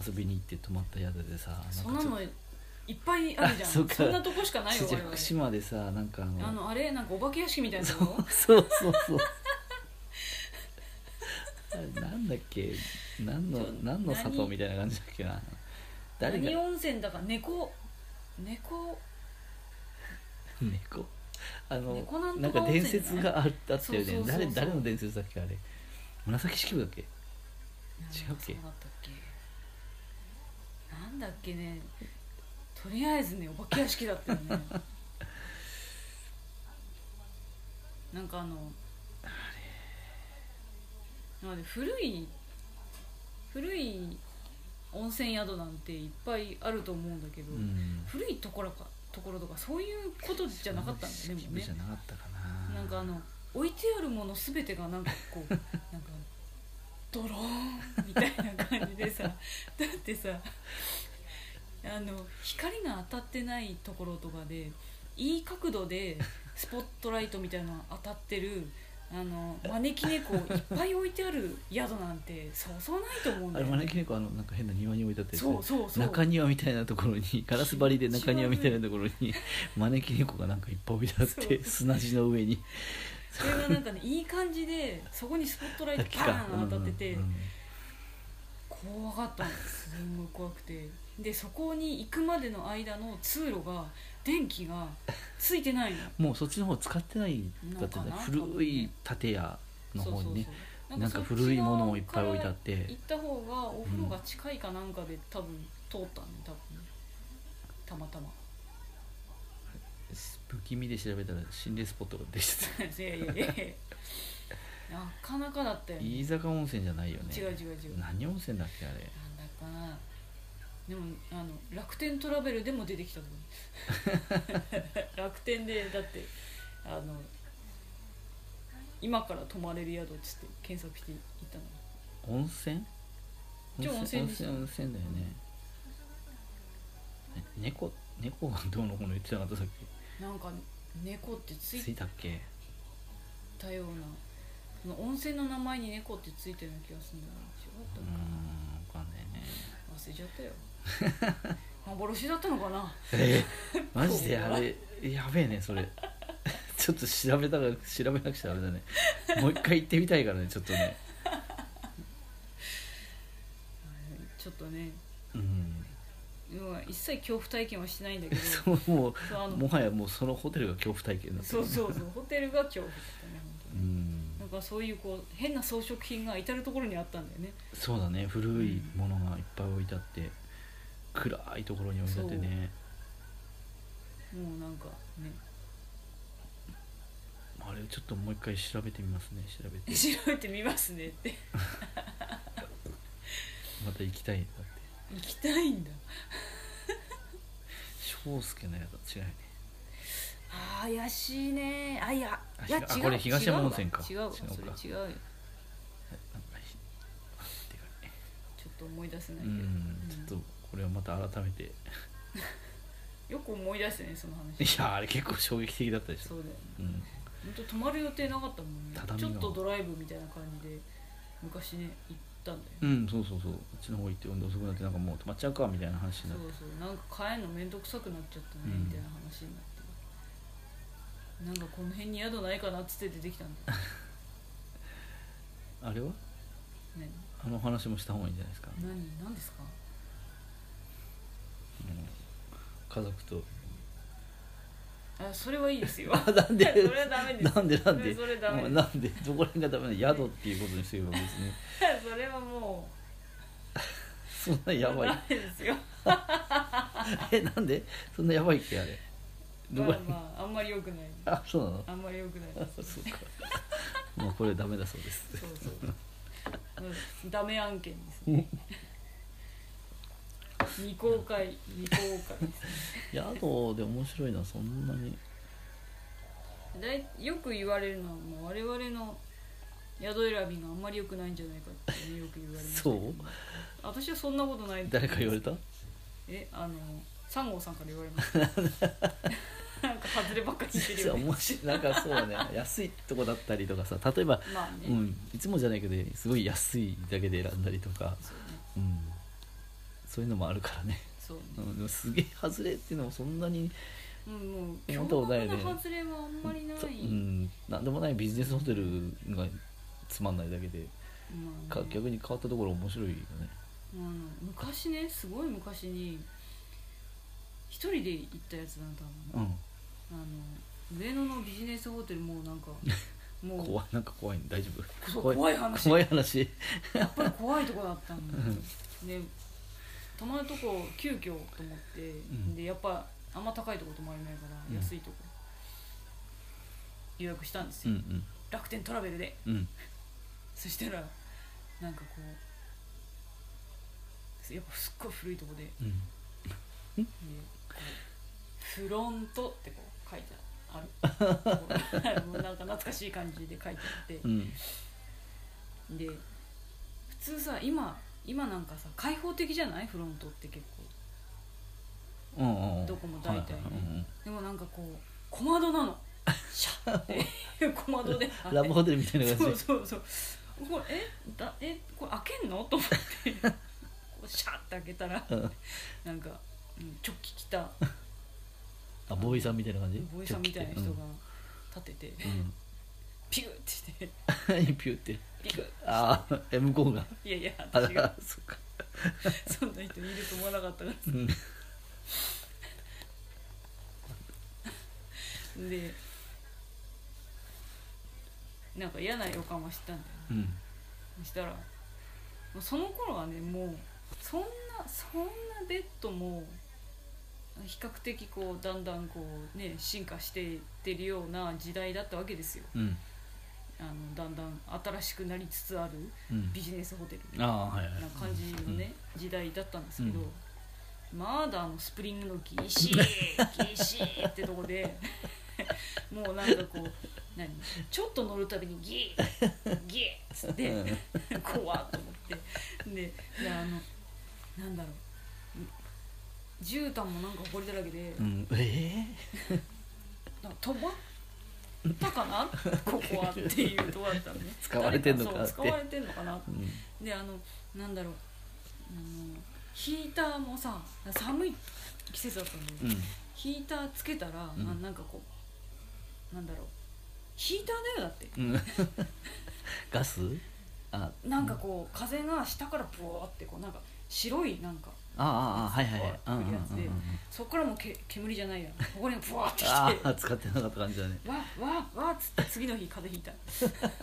[SPEAKER 1] 遊びに行って泊まった宿でさ
[SPEAKER 2] そ
[SPEAKER 1] か
[SPEAKER 2] んな
[SPEAKER 1] ちょっ
[SPEAKER 2] のいっぱいあるじゃん
[SPEAKER 1] あ
[SPEAKER 2] そ
[SPEAKER 1] そっか
[SPEAKER 2] んなとこしかないよ
[SPEAKER 1] と
[SPEAKER 2] 我
[SPEAKER 1] 福
[SPEAKER 2] 々
[SPEAKER 1] 島でさなんかあの
[SPEAKER 2] あのあれなんかお化け屋敷みたいな
[SPEAKER 1] そ
[SPEAKER 2] とこ
[SPEAKER 1] うそうそうそうあれなんだっけ何の
[SPEAKER 2] ちょ
[SPEAKER 1] 何の里
[SPEAKER 2] 何
[SPEAKER 1] みたいな感じだっけな (laughs) 誰
[SPEAKER 2] 何
[SPEAKER 1] が
[SPEAKER 2] 温泉だから猫猫
[SPEAKER 1] 猫あの
[SPEAKER 2] 猫なんとか
[SPEAKER 1] なんか
[SPEAKER 2] 温泉
[SPEAKER 1] 伝説がああったよね
[SPEAKER 2] そうそうそうそう
[SPEAKER 1] 誰誰の伝説だっけあれ紫式部だっけ違うっけ
[SPEAKER 2] なんだったっけなんだっけねとりあえずねお化け屋敷だったよ (laughs) ねなんかあのなんかね古い古い温泉宿なんていっぱいあると思うんだけど、
[SPEAKER 1] うん
[SPEAKER 2] 古いところかところとかそういうことじゃなかったんだ
[SPEAKER 1] 紫
[SPEAKER 2] よねも
[SPEAKER 1] 式
[SPEAKER 2] う
[SPEAKER 1] 部
[SPEAKER 2] ね
[SPEAKER 1] じゃなかったかな
[SPEAKER 2] なんかあの置いてあるもの全てがなんかこ
[SPEAKER 1] (laughs)
[SPEAKER 2] うなんかドローンみたいな感じでさだ (laughs) ってさあの光が当たってないところとかでいい角度でスポットライトみたいなの当たってるあの招き猫をいっぱい置いてある宿なんてそうそうないと思うん
[SPEAKER 1] あれ
[SPEAKER 2] だよね
[SPEAKER 1] 招き猫あのなんか変な庭に置いてあったやつ
[SPEAKER 2] そうそうそう
[SPEAKER 1] 中庭みたいなとこ
[SPEAKER 2] (laughs)
[SPEAKER 1] ろにガラス張りで中庭みたいなところに招き猫がなんかいっぱい置いてあっ
[SPEAKER 2] そう
[SPEAKER 1] て砂地の上に
[SPEAKER 2] それがなんかねいい感じでそこにスポットライトバーン当たってて、
[SPEAKER 1] うんうん
[SPEAKER 2] 怖かったのすんごい怖くてでそこに行くまでの間の通路が電気がついてないの
[SPEAKER 1] もうそっちの方使ってないんだって
[SPEAKER 2] のかな
[SPEAKER 1] 古い建屋の方にね
[SPEAKER 2] そうそうそう
[SPEAKER 1] なんか古いものをいっぱい置いてあっ
[SPEAKER 2] そっち側から行
[SPEAKER 1] て
[SPEAKER 2] った方がお風呂が近いかなんかで多分通ったね多分ねたまた (laughs) ま
[SPEAKER 1] 不気味で調べたら心霊スポットが出て
[SPEAKER 2] (laughs)
[SPEAKER 1] き
[SPEAKER 2] いやいやいやなかなかだったよ
[SPEAKER 1] た
[SPEAKER 2] ね
[SPEAKER 1] 飯坂温泉じゃないよね
[SPEAKER 2] 違う違う違うなんだ
[SPEAKER 1] 何温泉だっけあれ
[SPEAKER 2] かなでもあの楽天トラベルでも出てき
[SPEAKER 1] (laughs)
[SPEAKER 2] たと思う楽天でだってあの今から泊まれる宿っつって検索して行ったの
[SPEAKER 1] 温泉
[SPEAKER 2] じゃあ
[SPEAKER 1] 温
[SPEAKER 2] 温
[SPEAKER 1] 泉
[SPEAKER 2] 泉
[SPEAKER 1] 温
[SPEAKER 2] でしょ
[SPEAKER 1] 泉温泉だよねえ猫猫がどうのこうの言ってなかったさっき
[SPEAKER 2] なんか猫ってつ
[SPEAKER 1] つ
[SPEAKER 2] い
[SPEAKER 1] いたっけ
[SPEAKER 2] たようなその温泉の名前に猫ってついたような気がするん
[SPEAKER 1] う
[SPEAKER 2] だ
[SPEAKER 1] ー
[SPEAKER 2] けど
[SPEAKER 1] ん
[SPEAKER 2] 違ったの
[SPEAKER 1] わかんないね
[SPEAKER 2] かな忘れちゃったよ幻だったのかな
[SPEAKER 1] えマジであれやべえねそれ (laughs) ちょっと調べたら調べなくちゃあれだねもう一回行ってみたいからねちょっとね
[SPEAKER 2] ちょっとね
[SPEAKER 1] うん (laughs)
[SPEAKER 2] うん一切恐怖体験はしてないんだけど
[SPEAKER 1] そうも
[SPEAKER 2] そうあ
[SPEAKER 1] う
[SPEAKER 2] の
[SPEAKER 1] もはやもうそのホテルが恐怖体験だった
[SPEAKER 2] そうそうそうホテルが恐怖だったね本当
[SPEAKER 1] う
[SPEAKER 2] に
[SPEAKER 1] ん
[SPEAKER 2] かそういうこう変な装飾品が至る所にあったんだよね
[SPEAKER 1] そうだね古いものがいっぱい置いてあって、暗いところに置いてあってね
[SPEAKER 2] もうなんかね (laughs)
[SPEAKER 1] あれちょっともう一回調べてみますね調べて
[SPEAKER 2] 調べてみますねって
[SPEAKER 1] また行きたいんだって
[SPEAKER 2] 行きたいんだ
[SPEAKER 1] 翔介のやつ違うよね
[SPEAKER 2] あー怪しいねあいや
[SPEAKER 1] あ
[SPEAKER 2] いや違
[SPEAKER 1] ひ
[SPEAKER 2] う
[SPEAKER 1] があこれ東山温泉か
[SPEAKER 2] 違うわ違
[SPEAKER 1] 違
[SPEAKER 2] うわ
[SPEAKER 1] うか
[SPEAKER 2] それ違うよ
[SPEAKER 1] はいなんかひあてかね
[SPEAKER 2] ちょっと思い出せないうけど、
[SPEAKER 1] んちょっとこれはまた改めてい
[SPEAKER 2] よく思い出すねその
[SPEAKER 1] (laughs)
[SPEAKER 2] 話
[SPEAKER 1] やあれ結構衝撃的だったでし
[SPEAKER 2] そ
[SPEAKER 1] ょ
[SPEAKER 2] うだよね
[SPEAKER 1] うん
[SPEAKER 2] 本当泊まる予定なかったもんね
[SPEAKER 1] 畳
[SPEAKER 2] ちょ
[SPEAKER 1] の
[SPEAKER 2] っとドライブみたいな感じで昔ね行ったんだよ
[SPEAKER 1] うん、そうそうそうあっちの方行って運動遅くなってなんかもう止まっちゃうかみたいな話に
[SPEAKER 2] そ
[SPEAKER 1] な
[SPEAKER 2] う
[SPEAKER 1] って
[SPEAKER 2] そうなんか帰るの面倒くさくなっちゃったね、
[SPEAKER 1] うん
[SPEAKER 2] みたいな話になってなんかこの辺に宿ないかなっつって出てきたんだよ、
[SPEAKER 1] あれは
[SPEAKER 2] ね、
[SPEAKER 1] あの話もした方がいいんじゃないですか、
[SPEAKER 2] 何何ですか
[SPEAKER 1] あの家族と
[SPEAKER 2] あそれはいいですよ
[SPEAKER 1] あ (laughs) なんで
[SPEAKER 2] それはダメです
[SPEAKER 1] なんでなんで
[SPEAKER 2] それダメ
[SPEAKER 1] もう
[SPEAKER 2] です
[SPEAKER 1] なんでどこら辺がダメなの宿っていうことにすれば (laughs) 別に
[SPEAKER 2] (laughs) それはも
[SPEAKER 1] そんな
[SPEAKER 2] う
[SPEAKER 1] やばい
[SPEAKER 2] ダメですよ
[SPEAKER 1] えなんでそんなやばいっけあれど
[SPEAKER 2] まあ
[SPEAKER 1] こら (laughs)
[SPEAKER 2] まああんまり良くない
[SPEAKER 1] あそうなの (laughs)
[SPEAKER 2] あんまり良くない
[SPEAKER 1] あ
[SPEAKER 2] です
[SPEAKER 1] そうかもうこれダメだそうです
[SPEAKER 2] そうそううんダメ案件です
[SPEAKER 1] (laughs)
[SPEAKER 2] ね未公開未公開です
[SPEAKER 1] 宿で面白いのはそんなに
[SPEAKER 2] だいよく言われるのはもう我々の宿選びがあんまり良くないんじゃないかって、ね、よく言われますけど
[SPEAKER 1] そう
[SPEAKER 2] 私はそんなことない
[SPEAKER 1] 誰か言われた
[SPEAKER 2] えあの三号さんから言われ
[SPEAKER 1] (laughs)
[SPEAKER 2] ましたなんか外ればっかりしてる
[SPEAKER 1] そう
[SPEAKER 2] よね
[SPEAKER 1] 面白いなんかそうだね安いとこだったりとかさ例えば、
[SPEAKER 2] まあね、
[SPEAKER 1] うん、いつもじゃないけどすごい安いだけで選んだりとか、
[SPEAKER 2] そうね
[SPEAKER 1] うん、そういうのもあるからね、
[SPEAKER 2] そうね
[SPEAKER 1] うん、でもすげえ外れっていうのもそんなに
[SPEAKER 2] うんもう
[SPEAKER 1] や
[SPEAKER 2] 強
[SPEAKER 1] ったことないね
[SPEAKER 2] 力な外れはあんまりない、
[SPEAKER 1] とうん、なんでもないビジネスホテルがつまんないだけで
[SPEAKER 2] まあ
[SPEAKER 1] か
[SPEAKER 2] ね
[SPEAKER 1] 逆に変わったところ面白いよね
[SPEAKER 2] あの昔ねすごい昔に一人で行ったやつだな多分
[SPEAKER 1] うん
[SPEAKER 2] あの上野のビジネスホテルも
[SPEAKER 1] (laughs)
[SPEAKER 2] うなんかもう
[SPEAKER 1] 怖いなんか怖いの大丈
[SPEAKER 2] そ
[SPEAKER 1] 夫
[SPEAKER 2] う怖い話
[SPEAKER 1] 怖い話
[SPEAKER 2] やっぱり怖いとこだったんでで泊まるとこ急遽と思って、
[SPEAKER 1] ん
[SPEAKER 2] でやっぱあんま高いとこ泊まれないから、
[SPEAKER 1] うん
[SPEAKER 2] 安いとこ予約したんです
[SPEAKER 1] う
[SPEAKER 2] よ、
[SPEAKER 1] ん
[SPEAKER 2] 楽天トラベルで
[SPEAKER 1] うんうん
[SPEAKER 2] そしたらなんかこうやっぱすっごい古いとこでで
[SPEAKER 1] うん
[SPEAKER 2] こうフロントってこう書いて
[SPEAKER 1] (laughs)
[SPEAKER 2] ある (laughs) こうもうなんか懐かしい感じで書いてあって、
[SPEAKER 1] うん
[SPEAKER 2] で普通さ今今なんかさ開放的じゃないフロントって結構
[SPEAKER 1] うんうん
[SPEAKER 2] どこも大体ね
[SPEAKER 1] はいはいうん
[SPEAKER 2] でもなんかこう小窓
[SPEAKER 1] (laughs)
[SPEAKER 2] なのシャッって小窓で
[SPEAKER 1] うんラブホテルみたいな
[SPEAKER 2] そ
[SPEAKER 1] 感
[SPEAKER 2] う
[SPEAKER 1] じ
[SPEAKER 2] そうそうこれえだえこれ開けんのと思ってこうシャッて開けたら
[SPEAKER 1] うん
[SPEAKER 2] なんか、うん、チョッキ着た
[SPEAKER 1] あボーイさんみたいな感じ
[SPEAKER 2] ボーイさんみたいな人が立てて、
[SPEAKER 1] う
[SPEAKER 2] ピューってして
[SPEAKER 1] ん (laughs) うんピューって
[SPEAKER 2] ピクッ
[SPEAKER 1] ああえ向こうが
[SPEAKER 2] いやいや
[SPEAKER 1] あ
[SPEAKER 2] 私が
[SPEAKER 1] そっか
[SPEAKER 2] (laughs) そんな人いると思わなかったから
[SPEAKER 1] うん
[SPEAKER 2] でなんか嫌な予感はしたんだよね
[SPEAKER 1] うん
[SPEAKER 2] そしたらもうその頃はねもうそんなそんなベッドも比較的こうだんだんこうね進化していってるような時代だったわけですよ
[SPEAKER 1] うん
[SPEAKER 2] あのだんだん新しくなりつつある
[SPEAKER 1] うん
[SPEAKER 2] ビジネスホテル
[SPEAKER 1] あ
[SPEAKER 2] な
[SPEAKER 1] あはいはい
[SPEAKER 2] 感じのね時代だったんですけど、
[SPEAKER 1] うん
[SPEAKER 2] まだあのスプリングのギシーギシーってとこで (laughs) もうなんかこう何ちょっと乗るたびにギーギーっつって。
[SPEAKER 1] うん
[SPEAKER 2] 怖っと思ってでであのなんだろう絨毯もなんか埃だらけで、
[SPEAKER 1] うんえ
[SPEAKER 2] なんか止まったかなここはっていうとこだったのね
[SPEAKER 1] (laughs) 使われてんのか
[SPEAKER 2] 誰そ
[SPEAKER 1] っ
[SPEAKER 2] う
[SPEAKER 1] て
[SPEAKER 2] 使われてんのかな
[SPEAKER 1] えうん
[SPEAKER 2] であのなんだろうあのヒーターもさ寒い季節だったんで、
[SPEAKER 1] うん
[SPEAKER 2] ヒーターつけたら、
[SPEAKER 1] うん
[SPEAKER 2] あなんかこうなんだろうヒーターだよだって
[SPEAKER 1] うん (laughs) ガスあ
[SPEAKER 2] なんかこう風が下からブワーってこうなんか白いなんか
[SPEAKER 1] ああああはいはいはいうんうんうんうん
[SPEAKER 2] そこからもうけ煙じゃないやここにブワーってきて
[SPEAKER 1] ああ使ってなかった感じだね
[SPEAKER 2] わわわっつって次の日風邪ひいた
[SPEAKER 1] (laughs)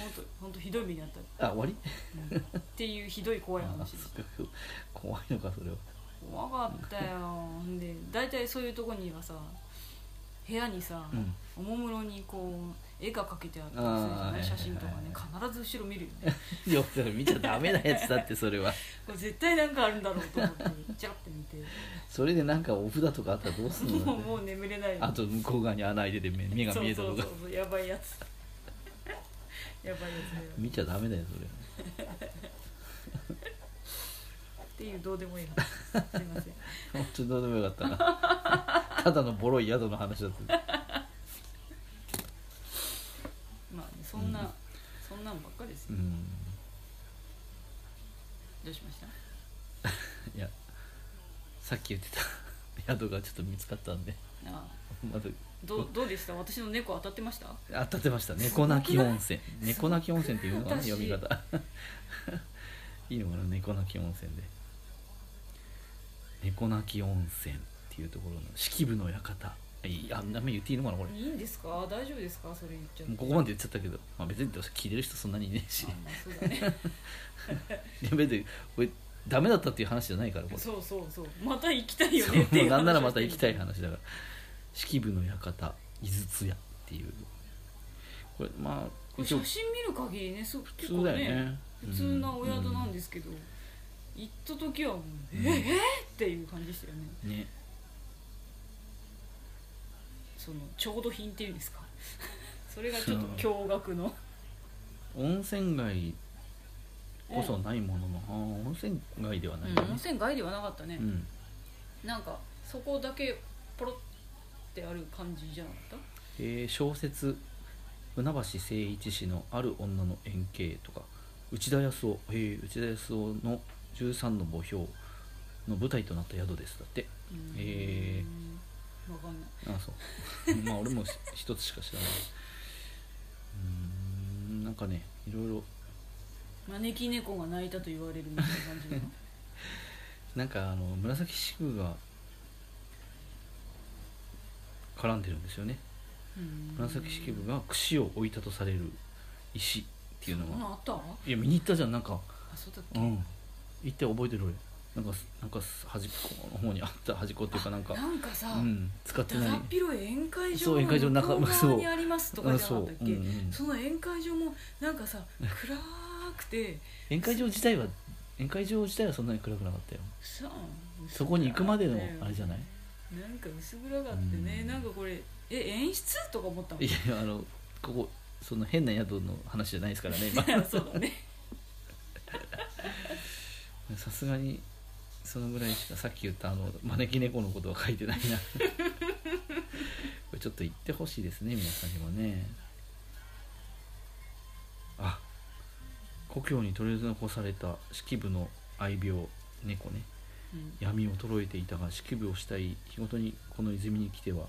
[SPEAKER 2] 本当本当ひどい目にあった、
[SPEAKER 1] あ終わり
[SPEAKER 2] うんっていうひどい怖い
[SPEAKER 1] あそ
[SPEAKER 2] 話で
[SPEAKER 1] っ
[SPEAKER 2] す
[SPEAKER 1] か怖いのかそれは
[SPEAKER 2] 怖かったよほんで大体そういうとこにはさ部屋にさ、
[SPEAKER 1] うん
[SPEAKER 2] おもむろにこう絵が描けてあったりするじゃない
[SPEAKER 1] あー
[SPEAKER 2] 写真とかね
[SPEAKER 1] はいはい
[SPEAKER 2] 必ず後ろ見るよね
[SPEAKER 1] いやそれ見ちゃダメなやつだってそれは
[SPEAKER 2] これ絶対なんかあるんだろうと思
[SPEAKER 1] (laughs)
[SPEAKER 2] ってちゃって見て
[SPEAKER 1] それでなんかお札とかあったらどうすんの
[SPEAKER 2] もうもう眠れない
[SPEAKER 1] あと向こう側に穴開いてて目目が見えたと
[SPEAKER 2] そう
[SPEAKER 1] か
[SPEAKER 2] そうそうやばい
[SPEAKER 1] (laughs)
[SPEAKER 2] やつやばいやつだよ
[SPEAKER 1] 見ちゃダメだよそれ
[SPEAKER 2] っていうどうでもいい話すいません
[SPEAKER 1] 本当にどうでもよかったな (laughs) ただのボロい宿の話だった
[SPEAKER 2] まあね、そんな、
[SPEAKER 1] うん
[SPEAKER 2] そんなんばっかです
[SPEAKER 1] う
[SPEAKER 2] よ、
[SPEAKER 1] ん
[SPEAKER 2] どうしました
[SPEAKER 1] いやさっき言ってた (laughs) 宿がちょっと見つかったんで
[SPEAKER 2] ああ
[SPEAKER 1] まず
[SPEAKER 2] どうどうでした私の猫当たってました
[SPEAKER 1] あ立てました猫鳴き温
[SPEAKER 2] (laughs)
[SPEAKER 1] 泉猫鳴き温泉っていうのかな
[SPEAKER 2] 私
[SPEAKER 1] 読み方 (laughs) いいのかな猫鳴き温泉で猫鳴き温泉っていうところの式部の館いや名前言っていいのかなこれ
[SPEAKER 2] いいんですか大丈夫ですかそれ言っちゃって
[SPEAKER 1] もうここまで言っちゃったけど、まあ、別に聞いてる人そんなにいねえし
[SPEAKER 2] あまあそうだね
[SPEAKER 1] で別にこれダメだったっていう話じゃないからこれ
[SPEAKER 2] (laughs) そうそうそうまた行きたいよ
[SPEAKER 1] そう
[SPEAKER 2] ねっていう話
[SPEAKER 1] なんならまた行きたい
[SPEAKER 2] な
[SPEAKER 1] 話だから式部の館井筒屋っていうこれまあ
[SPEAKER 2] これ
[SPEAKER 1] 一応
[SPEAKER 2] 写真見る限りねす
[SPEAKER 1] 普
[SPEAKER 2] 結構
[SPEAKER 1] 通だよね
[SPEAKER 2] ね普通なお宿なん
[SPEAKER 1] で、
[SPEAKER 2] ですけど、行った時はもう、
[SPEAKER 1] うん
[SPEAKER 2] ええっていう感じでしたよね
[SPEAKER 1] うんね
[SPEAKER 2] その調度品っていうんですか (laughs) それがちょっと驚愕の
[SPEAKER 1] 温泉街こそないものの、あー温泉街ではないよ
[SPEAKER 2] うん温
[SPEAKER 1] ね、
[SPEAKER 2] 泉街ではなかったね、
[SPEAKER 1] うん
[SPEAKER 2] なんかそこだけポロってある感じじゃなかった
[SPEAKER 1] えー小説「船橋誠一氏のある女の円形」とか内田康夫、えー内田康夫の13の墓標の舞台となった宿ですだって
[SPEAKER 2] うん
[SPEAKER 1] へえ
[SPEAKER 2] わかんない
[SPEAKER 1] あそう (laughs) まあ俺もし一つしか知らないうーんなんかねいろいろ
[SPEAKER 2] 招き猫が泣いたと言われるみたいな感じの
[SPEAKER 1] なんかあの紫式部が絡んでるんですよね
[SPEAKER 2] うん
[SPEAKER 1] (laughs) 紫式部が櫛を置いたとされる石っていうの
[SPEAKER 2] そんな
[SPEAKER 1] が
[SPEAKER 2] んあったあ
[SPEAKER 1] いや見に行ったじゃんなんか
[SPEAKER 2] そうだっ
[SPEAKER 1] う
[SPEAKER 2] け、
[SPEAKER 1] ん行って覚えてる俺なんかすなんかす端っこの方にあった端っこっていうかなんか
[SPEAKER 2] なんかさ、
[SPEAKER 1] うん使って
[SPEAKER 2] だ
[SPEAKER 1] ない
[SPEAKER 2] だっ広い宴会場
[SPEAKER 1] そう
[SPEAKER 2] の
[SPEAKER 1] 宴会場の中
[SPEAKER 2] 向こう
[SPEAKER 1] そう
[SPEAKER 2] 側にありますとか
[SPEAKER 1] うん
[SPEAKER 2] じゃな
[SPEAKER 1] そ
[SPEAKER 2] か
[SPEAKER 1] う
[SPEAKER 2] ったっけ、
[SPEAKER 1] うんうん
[SPEAKER 2] その宴会場もなんかさ暗くて
[SPEAKER 1] 宴会場自体は宴会場自体はそんなに暗くなかったよ
[SPEAKER 2] さ
[SPEAKER 1] そこに行くまでのあれじゃない
[SPEAKER 2] なんか薄暗かってね、
[SPEAKER 1] うん
[SPEAKER 2] なんかこれえ演出とか思ったもん
[SPEAKER 1] いやあのここその変な宿の話じゃないですからね今
[SPEAKER 2] (laughs) そうだね
[SPEAKER 1] さすがにそのぐらいしかさっき言ったあの招き猫のことは書いてないなこれちょっと行ってほしいですね皆さんにもねあ故郷に取り残された式部の愛病猫ね
[SPEAKER 2] うん
[SPEAKER 1] 闇を衰えていたが式部をしたい日ごとにこの泉に来ては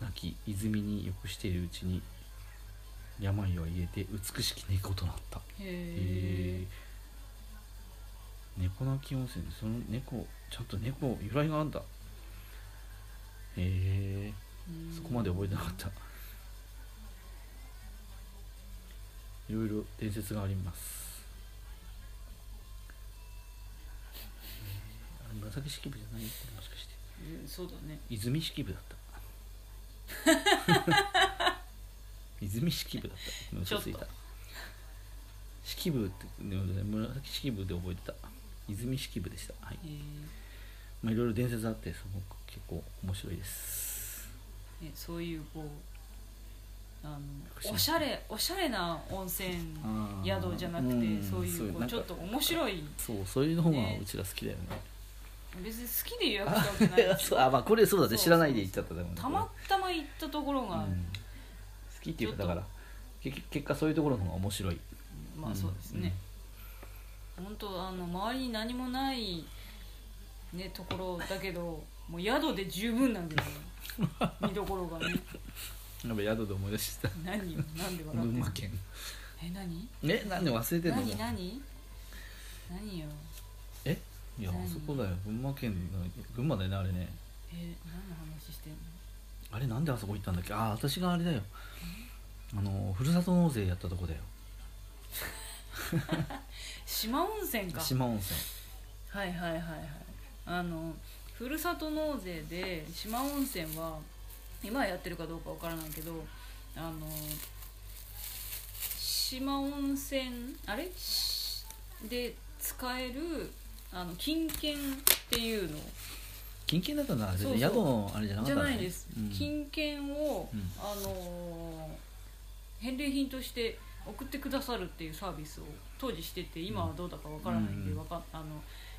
[SPEAKER 1] 亡き泉に浴しているうちに病は癒えて美しき猫となった
[SPEAKER 2] へ
[SPEAKER 1] へ
[SPEAKER 2] え
[SPEAKER 1] え猫鳴き温泉でその猫ちゃんと猫由来があんだへえそこまで覚えてなかったいろいろ伝説がありますあ紫式部じゃないもしかして
[SPEAKER 2] うんそうだね
[SPEAKER 1] 泉式部だった (laughs) 泉式部だった
[SPEAKER 2] ちょ
[SPEAKER 1] 嘘つ
[SPEAKER 2] っと
[SPEAKER 1] いた式部って紫式部で覚えてた泉式部でしたはい
[SPEAKER 2] へ
[SPEAKER 1] まあいろいろ伝説あってすごく結構面白いです
[SPEAKER 2] えねそういうこうあ
[SPEAKER 1] 福
[SPEAKER 2] の
[SPEAKER 1] 島
[SPEAKER 2] おしゃれおしゃれな温泉
[SPEAKER 1] あー
[SPEAKER 2] 宿じゃなくて
[SPEAKER 1] うん
[SPEAKER 2] そういうこ
[SPEAKER 1] な
[SPEAKER 2] うん
[SPEAKER 1] か
[SPEAKER 2] ちょっと面白い
[SPEAKER 1] そうそういうの方が
[SPEAKER 2] ね
[SPEAKER 1] うちら好きだよね
[SPEAKER 2] 別に好きで予約したわけないで
[SPEAKER 1] (laughs)
[SPEAKER 2] し
[SPEAKER 1] そうあまあこれそうだね
[SPEAKER 2] そう
[SPEAKER 1] 知らないで行っちゃったでもね
[SPEAKER 2] たまたま行ったところが、
[SPEAKER 1] うん好きっていうか
[SPEAKER 2] ちょ
[SPEAKER 1] だ
[SPEAKER 2] っと
[SPEAKER 1] から結結果そういうところの方が面白い
[SPEAKER 2] まあそうですね、本当あの周りに何もないねところだけどもう宿で十分なんで
[SPEAKER 1] (laughs)
[SPEAKER 2] すよ見どころがね
[SPEAKER 1] やっぱ宿で思い出してた
[SPEAKER 2] 何よなんで笑
[SPEAKER 1] 群馬
[SPEAKER 2] ってる
[SPEAKER 1] 県
[SPEAKER 2] え何
[SPEAKER 1] えなんで忘れてんの
[SPEAKER 2] 何何何よ
[SPEAKER 1] えいやあ
[SPEAKER 2] 何
[SPEAKER 1] そこだよ群馬県の群馬だよねあれね
[SPEAKER 2] え何の話してんの
[SPEAKER 1] あれなんであそこ行ったんだっけああ私があれだよあのふるさと納税やったとこだよ
[SPEAKER 2] 島温泉か
[SPEAKER 1] 島温泉
[SPEAKER 2] はいはいはいはいあのふるさと納税で四万温泉は今やってるかどうかわからないけどあの四万温泉あれしで使えるあの金券っていうの
[SPEAKER 1] 金券だったんだ全然
[SPEAKER 2] そうそう
[SPEAKER 1] 宿のあれじゃなか
[SPEAKER 2] じ
[SPEAKER 1] っ
[SPEAKER 2] ゃ
[SPEAKER 1] たんだ
[SPEAKER 2] な
[SPEAKER 1] ね
[SPEAKER 2] いです、
[SPEAKER 1] うん
[SPEAKER 2] 金券を、
[SPEAKER 1] うん
[SPEAKER 2] あの返礼品として送ってくださるっていうサービスを当時してて今はどうだかわからないんで、
[SPEAKER 1] うん
[SPEAKER 2] わかあの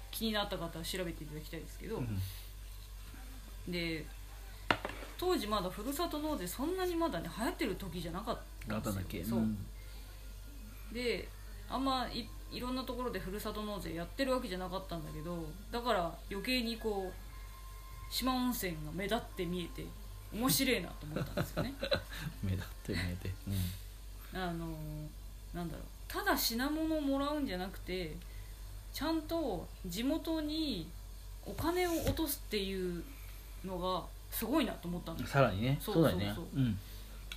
[SPEAKER 2] 気になった方は調べていただきたいですけど、
[SPEAKER 1] うん
[SPEAKER 2] で当時まだふるさと納税そんなにまだね流行ってる時じゃなかった
[SPEAKER 1] あ
[SPEAKER 2] ん
[SPEAKER 1] った
[SPEAKER 2] です
[SPEAKER 1] ん
[SPEAKER 2] よ
[SPEAKER 1] だっけ
[SPEAKER 2] そう、
[SPEAKER 1] ん
[SPEAKER 2] であんまいいろんなところでふるさと納税やってるわけじゃなかったんだけどだから余計にこう島温泉が目立って見えて面白いなと思ったんです
[SPEAKER 1] (laughs)
[SPEAKER 2] よね
[SPEAKER 1] 目立って見えて、
[SPEAKER 2] あのなんだろうただ品物をもらうんじゃなくてちゃんと地元にお金を落とすっていうのがすごいなと思ったん
[SPEAKER 1] う
[SPEAKER 2] で
[SPEAKER 1] ん、
[SPEAKER 2] す
[SPEAKER 1] さらにねそ
[SPEAKER 2] そうう
[SPEAKER 1] だよね
[SPEAKER 2] そうそう
[SPEAKER 1] うん、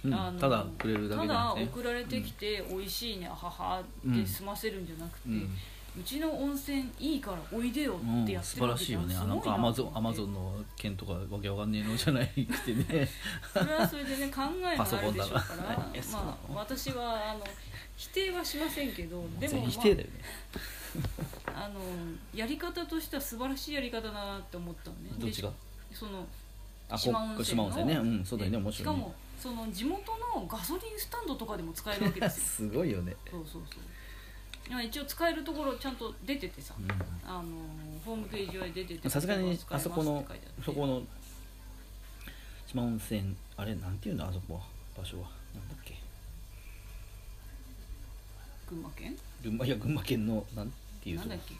[SPEAKER 1] うん
[SPEAKER 2] あの
[SPEAKER 1] ただくれるだけじゃなくて
[SPEAKER 2] ただ送られてきて美味しいね、母で済ませるんじゃなくて、
[SPEAKER 1] う
[SPEAKER 2] うんちの温泉いいからおいでよ
[SPEAKER 1] うん
[SPEAKER 2] ってやって
[SPEAKER 1] 素
[SPEAKER 2] る
[SPEAKER 1] 晴
[SPEAKER 2] わ
[SPEAKER 1] らし
[SPEAKER 2] け
[SPEAKER 1] い
[SPEAKER 2] じゃ
[SPEAKER 1] よ
[SPEAKER 2] ん
[SPEAKER 1] ね
[SPEAKER 2] す
[SPEAKER 1] あ
[SPEAKER 2] ごい
[SPEAKER 1] の
[SPEAKER 2] な
[SPEAKER 1] アマゾン
[SPEAKER 2] と
[SPEAKER 1] ア
[SPEAKER 2] 思
[SPEAKER 1] マ
[SPEAKER 2] って
[SPEAKER 1] ゾンの件とかわけわかんねえのじゃない (laughs) くてね
[SPEAKER 2] それはそれでね考えが
[SPEAKER 1] パソ (laughs)
[SPEAKER 2] あ
[SPEAKER 1] コ
[SPEAKER 2] る
[SPEAKER 1] ン
[SPEAKER 2] で
[SPEAKER 1] だ
[SPEAKER 2] しょう
[SPEAKER 1] な
[SPEAKER 2] から
[SPEAKER 1] いやそうなの
[SPEAKER 2] まあ私はあの否定はしませんけどで
[SPEAKER 1] 全
[SPEAKER 2] も、
[SPEAKER 1] 員
[SPEAKER 2] ま
[SPEAKER 1] 否定だよね、
[SPEAKER 2] あ、あのやり方としては素晴らしいやり方だなって思ったのね
[SPEAKER 1] どっちが
[SPEAKER 2] でその
[SPEAKER 1] あこ
[SPEAKER 2] 島温
[SPEAKER 1] こ
[SPEAKER 2] 泉
[SPEAKER 1] 島
[SPEAKER 2] の
[SPEAKER 1] 温泉ねうんそうだよね
[SPEAKER 2] で
[SPEAKER 1] 面
[SPEAKER 2] し
[SPEAKER 1] 白
[SPEAKER 2] か
[SPEAKER 1] いね
[SPEAKER 2] もその地元のガソリンスタンドとかでも使えるわけですよ
[SPEAKER 1] (laughs) すごいよね、 (laughs)
[SPEAKER 2] そうそうそういや一応使えるところちゃんと出ててさ、
[SPEAKER 1] う
[SPEAKER 2] あのホームページ上に出てて
[SPEAKER 1] ん、さすがに
[SPEAKER 2] 使
[SPEAKER 1] あ
[SPEAKER 2] えます
[SPEAKER 1] そ
[SPEAKER 2] って
[SPEAKER 1] この
[SPEAKER 2] 書いてあって
[SPEAKER 1] そこの島温泉あれなんていうのあそこは場所はなんだっけ
[SPEAKER 2] 群馬県
[SPEAKER 1] 群馬いや群馬県のなんていう
[SPEAKER 2] な
[SPEAKER 1] と
[SPEAKER 2] ん
[SPEAKER 1] こ
[SPEAKER 2] だっけ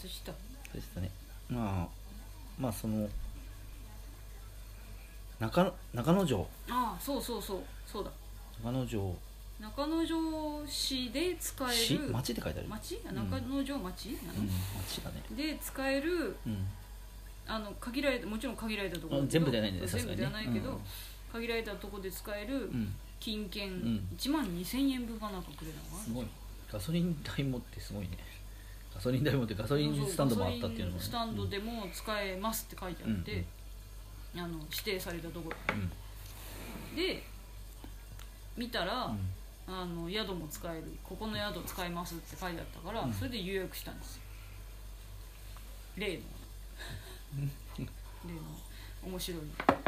[SPEAKER 2] 忘れちゃっ
[SPEAKER 1] でしたねまあまあその中中野城
[SPEAKER 2] たああそうそうそうそうだ
[SPEAKER 1] 中野城
[SPEAKER 2] 中野城市で使え
[SPEAKER 1] 市
[SPEAKER 2] る
[SPEAKER 1] 町って書いてある
[SPEAKER 2] 町
[SPEAKER 1] ん
[SPEAKER 2] 中野城町、な
[SPEAKER 1] う
[SPEAKER 2] の
[SPEAKER 1] ん町だね
[SPEAKER 2] で使える
[SPEAKER 1] うん
[SPEAKER 2] あの限られたもちろん限られたところ
[SPEAKER 1] あ
[SPEAKER 2] だけ
[SPEAKER 1] 全
[SPEAKER 2] ど
[SPEAKER 1] 部じゃないんだね
[SPEAKER 2] そう
[SPEAKER 1] さすが
[SPEAKER 2] 全部
[SPEAKER 1] に
[SPEAKER 2] じ
[SPEAKER 1] ね
[SPEAKER 2] ゃないけ
[SPEAKER 1] う
[SPEAKER 2] ど、
[SPEAKER 1] ん
[SPEAKER 2] 限られたところで使える
[SPEAKER 1] うん
[SPEAKER 2] 金券
[SPEAKER 1] ん
[SPEAKER 2] 1万2000円分がなんかくれたのか
[SPEAKER 1] す
[SPEAKER 2] な
[SPEAKER 1] ごいガソリン代もってすごいねガソリン代もってガソリンスタンドもあったっていうのもね、
[SPEAKER 2] ガソリンスタンドでも使えますって書いてあって、あの指定されたところ
[SPEAKER 1] うん
[SPEAKER 2] で見たら、
[SPEAKER 1] うん
[SPEAKER 2] あの宿も使えるここの宿使いますって書いてあったから、
[SPEAKER 1] うん
[SPEAKER 2] それで予約したんですよ
[SPEAKER 1] (laughs)
[SPEAKER 2] 例の例の面白い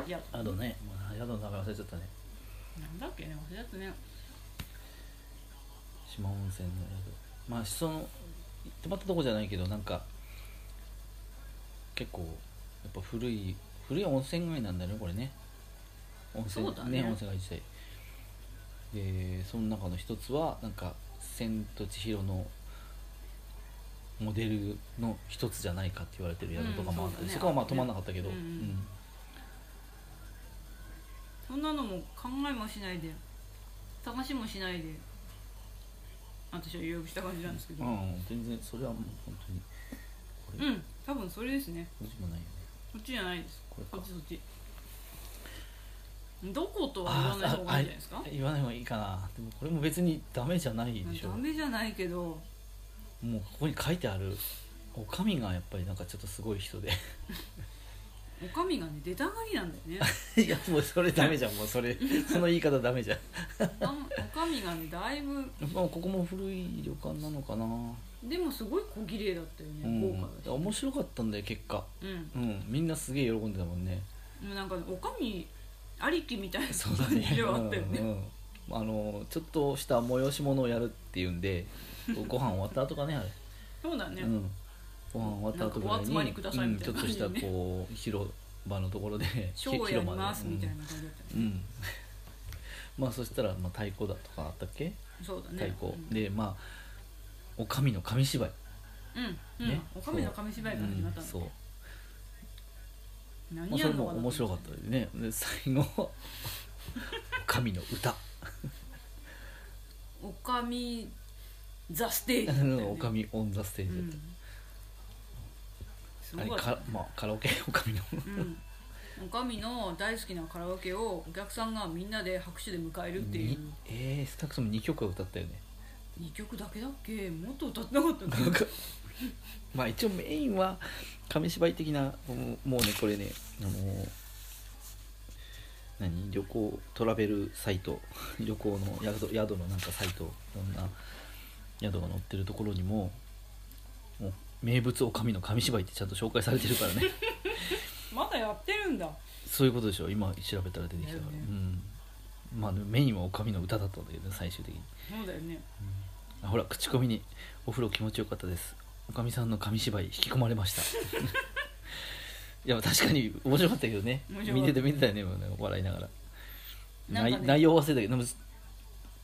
[SPEAKER 2] 宿
[SPEAKER 1] あとね、まあ、宿の名前忘れちゃったね
[SPEAKER 2] なんだっけね忘れちゃったね
[SPEAKER 1] 島温泉の宿まあその泊まったとこじゃないけどなんか結構やっぱ古い古い温泉街なんだよねこれね温泉
[SPEAKER 2] そうだね
[SPEAKER 1] 温泉街自体でその中の一つはなんか「千と千尋」のモデルの一つじゃないかって言われてる宿とかもあって、
[SPEAKER 2] うんそうだね
[SPEAKER 1] そこはまあ泊まんなかったけど、
[SPEAKER 2] うんうんそんなのも考えもしないで探しもしないで私は予約した感じなんですけ
[SPEAKER 1] う
[SPEAKER 2] ど
[SPEAKER 1] んうん全然それはもう本当にこれ
[SPEAKER 2] う
[SPEAKER 1] こ
[SPEAKER 2] ん多分それですね
[SPEAKER 1] っちもないよね
[SPEAKER 2] こっちじゃないです
[SPEAKER 1] これか
[SPEAKER 2] こっちそっちどことは
[SPEAKER 1] あ
[SPEAKER 2] 言わない
[SPEAKER 1] あ
[SPEAKER 2] 方
[SPEAKER 1] あ
[SPEAKER 2] がいいんじゃないですか
[SPEAKER 1] 言わない方がいいかなでもこれも別にダメじゃないでしょ
[SPEAKER 2] ダメじゃないけど
[SPEAKER 1] もうここに書いてあるおかみがやっぱりなんかちょっとすごい人
[SPEAKER 2] (laughs)
[SPEAKER 1] で
[SPEAKER 2] おかみがね出たがりなんだ
[SPEAKER 1] (laughs)
[SPEAKER 2] よね
[SPEAKER 1] いやもうそれダメじゃんもうそ
[SPEAKER 2] (laughs)
[SPEAKER 1] れその言い方ダメじゃん
[SPEAKER 2] あんおかみがねだいぶ
[SPEAKER 1] まあここも古い旅館なのかな、
[SPEAKER 2] でもすごい小綺麗だったよ
[SPEAKER 1] う
[SPEAKER 2] ね豪
[SPEAKER 1] ん
[SPEAKER 2] 華だ、し
[SPEAKER 1] 面白かったんだよ結果
[SPEAKER 2] うん
[SPEAKER 1] うんみんなすげえ喜んでたもん
[SPEAKER 2] (laughs)
[SPEAKER 1] ね
[SPEAKER 2] もうなんかねおかみありきみたいな
[SPEAKER 1] そうだね
[SPEAKER 2] 感じではあったよね
[SPEAKER 1] うんうんあのちょっとした催し物をやるっていうんでご飯終わった後かねあれ
[SPEAKER 2] そうだね、
[SPEAKER 1] うん、ご飯終わった後ぐらいに
[SPEAKER 2] なんかお集まりくださいみたいな
[SPEAKER 1] うん、ちょっとした
[SPEAKER 2] (laughs)
[SPEAKER 1] こう広場のところで
[SPEAKER 2] ショーをやります
[SPEAKER 1] 広
[SPEAKER 2] みたい
[SPEAKER 1] 場
[SPEAKER 2] な
[SPEAKER 1] で
[SPEAKER 2] 感じだったよね
[SPEAKER 1] うん、うん (laughs) まあそしたら、まあ、太鼓だとかあったっけ
[SPEAKER 2] そうだね
[SPEAKER 1] 太鼓、でまあおかみの紙芝居、
[SPEAKER 2] うん、うん
[SPEAKER 1] ね
[SPEAKER 2] おかみの紙芝居が始まった
[SPEAKER 1] うん
[SPEAKER 2] の、
[SPEAKER 1] そう、まあ、
[SPEAKER 2] 何
[SPEAKER 1] そ
[SPEAKER 2] や
[SPEAKER 1] れ
[SPEAKER 2] るの
[SPEAKER 1] も
[SPEAKER 2] かな
[SPEAKER 1] 面白かったですねで最後 (laughs) おかみの
[SPEAKER 2] (laughs)
[SPEAKER 1] 歌
[SPEAKER 2] おかみザステージだったよね
[SPEAKER 1] おかみオン・ザ・ステー
[SPEAKER 2] う
[SPEAKER 1] ジだっ
[SPEAKER 2] んす
[SPEAKER 1] た、あ
[SPEAKER 2] ご
[SPEAKER 1] れ
[SPEAKER 2] かった
[SPEAKER 1] か、まあ、カラオケおかみの
[SPEAKER 2] うんおかみの大好きなカラオケをお客さんがみんなで拍手で迎えるっていう
[SPEAKER 1] にえー、少なくとも2曲は歌ったよね
[SPEAKER 2] 2曲だけだっけもっと歌ってなかった
[SPEAKER 1] なん
[SPEAKER 2] の
[SPEAKER 1] かまあ一応メインは紙芝居的なもうもうねこれねあの何旅行トラベルサイト (laughs) 旅行の宿宿のなんかサイトいろんな宿が載ってるところにももう名物おかみの紙芝居ってちゃんと紹介されてるからね
[SPEAKER 2] まだやってるんだ
[SPEAKER 1] そういうことでしょ今調べたら出てきたから、
[SPEAKER 2] だよね
[SPEAKER 1] うんまあメインはおかみの歌だったんだけどね最終的に
[SPEAKER 2] そうだよね
[SPEAKER 1] あほら口コミに「お風呂気持ちよかったです」「おかみさんの紙芝居引き込まれました」 (laughs) いや確かに面白かったけどね
[SPEAKER 2] 面白
[SPEAKER 1] 見
[SPEAKER 2] かった
[SPEAKER 1] てて見てたよねもうね笑いながら
[SPEAKER 2] なんかね
[SPEAKER 1] 内内容忘れたけどでも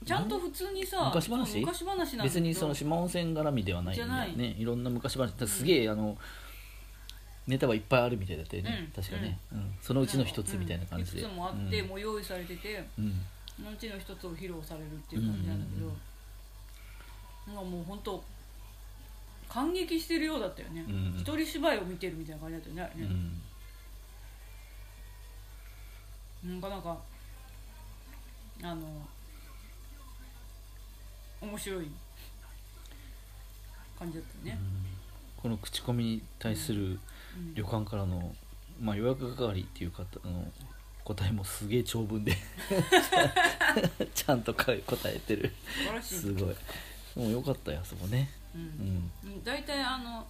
[SPEAKER 2] ちゃんと普通にさ
[SPEAKER 1] 昔話
[SPEAKER 2] そう昔話なんだけど
[SPEAKER 1] 別にその島温泉絡みではないんだよ
[SPEAKER 2] じゃ
[SPEAKER 1] ねいろんな昔話だからすげえあのネタはいっぱいあるみたいだったよね、
[SPEAKER 2] うん
[SPEAKER 1] 確かね、うんそのうちの一つみたいな感じで
[SPEAKER 2] うんいくつもあって、もう用意されてて
[SPEAKER 1] うんうん
[SPEAKER 2] そのうちの一つを披露されるっていう感じなんだけど、
[SPEAKER 1] うんうん
[SPEAKER 2] なんかもう本当感激してるようだったよね、
[SPEAKER 1] うん
[SPEAKER 2] 一人芝居を見てるみたいな感じだったよねあれ
[SPEAKER 1] う
[SPEAKER 2] ね、
[SPEAKER 1] ん
[SPEAKER 2] なんかなんかあの面白い感じだったよね、
[SPEAKER 1] この口コミに対する
[SPEAKER 2] うん
[SPEAKER 1] 旅館からの、まあ、予約係っていう方の答えもすげえ長文で (laughs) ちゃんと答えてる
[SPEAKER 2] 素晴らしい
[SPEAKER 1] す、ごいもうよかったよあそこね
[SPEAKER 2] う
[SPEAKER 1] うんん
[SPEAKER 2] 大体あの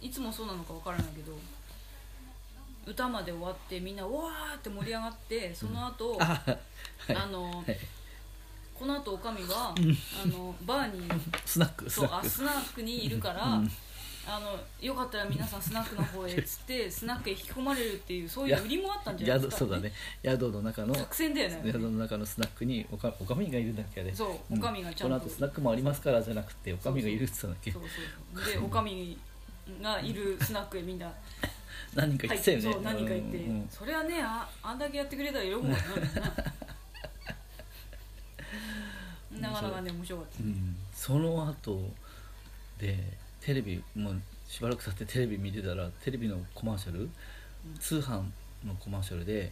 [SPEAKER 2] いつもそうなのかわからないけど歌まで終わってみんなわーって盛り上がってその後、あ
[SPEAKER 1] あはい
[SPEAKER 2] の、
[SPEAKER 1] い
[SPEAKER 2] この後おかみはあのバーに
[SPEAKER 1] スナックス
[SPEAKER 2] そう
[SPEAKER 1] ナッ
[SPEAKER 2] あ
[SPEAKER 1] ク
[SPEAKER 2] スナックにいるから、
[SPEAKER 1] うん
[SPEAKER 2] あのよかったら皆さんスナックの方へっ
[SPEAKER 1] (laughs)
[SPEAKER 2] つってスナックへ引き込まれるっていうそういう売りもあったんじゃないで
[SPEAKER 1] 宿
[SPEAKER 2] すか
[SPEAKER 1] そうだね宿の中の
[SPEAKER 2] 作戦だよね
[SPEAKER 1] 宿の中のスナックにおかおかみがいるんだっけあれ
[SPEAKER 2] そう
[SPEAKER 1] うん
[SPEAKER 2] おかみがちゃ
[SPEAKER 1] この
[SPEAKER 2] ん
[SPEAKER 1] 後
[SPEAKER 2] と
[SPEAKER 1] スナックもありますからじゃなくておかみがいるって言ってたん
[SPEAKER 2] そ
[SPEAKER 1] だっ
[SPEAKER 2] うそう
[SPEAKER 1] (laughs)
[SPEAKER 2] でおかみがいるスナックへみんな
[SPEAKER 1] け何人か言ってたよね、
[SPEAKER 2] そう何か言って、
[SPEAKER 1] うんうん
[SPEAKER 2] それはねああんだけやってくれたら喜ぶわな (laughs) なかなかね面白かっ
[SPEAKER 1] うんその後でテレビもうしばらく経ってテレビ見てたらテレビのコマーシャル、通販のコマーシャルで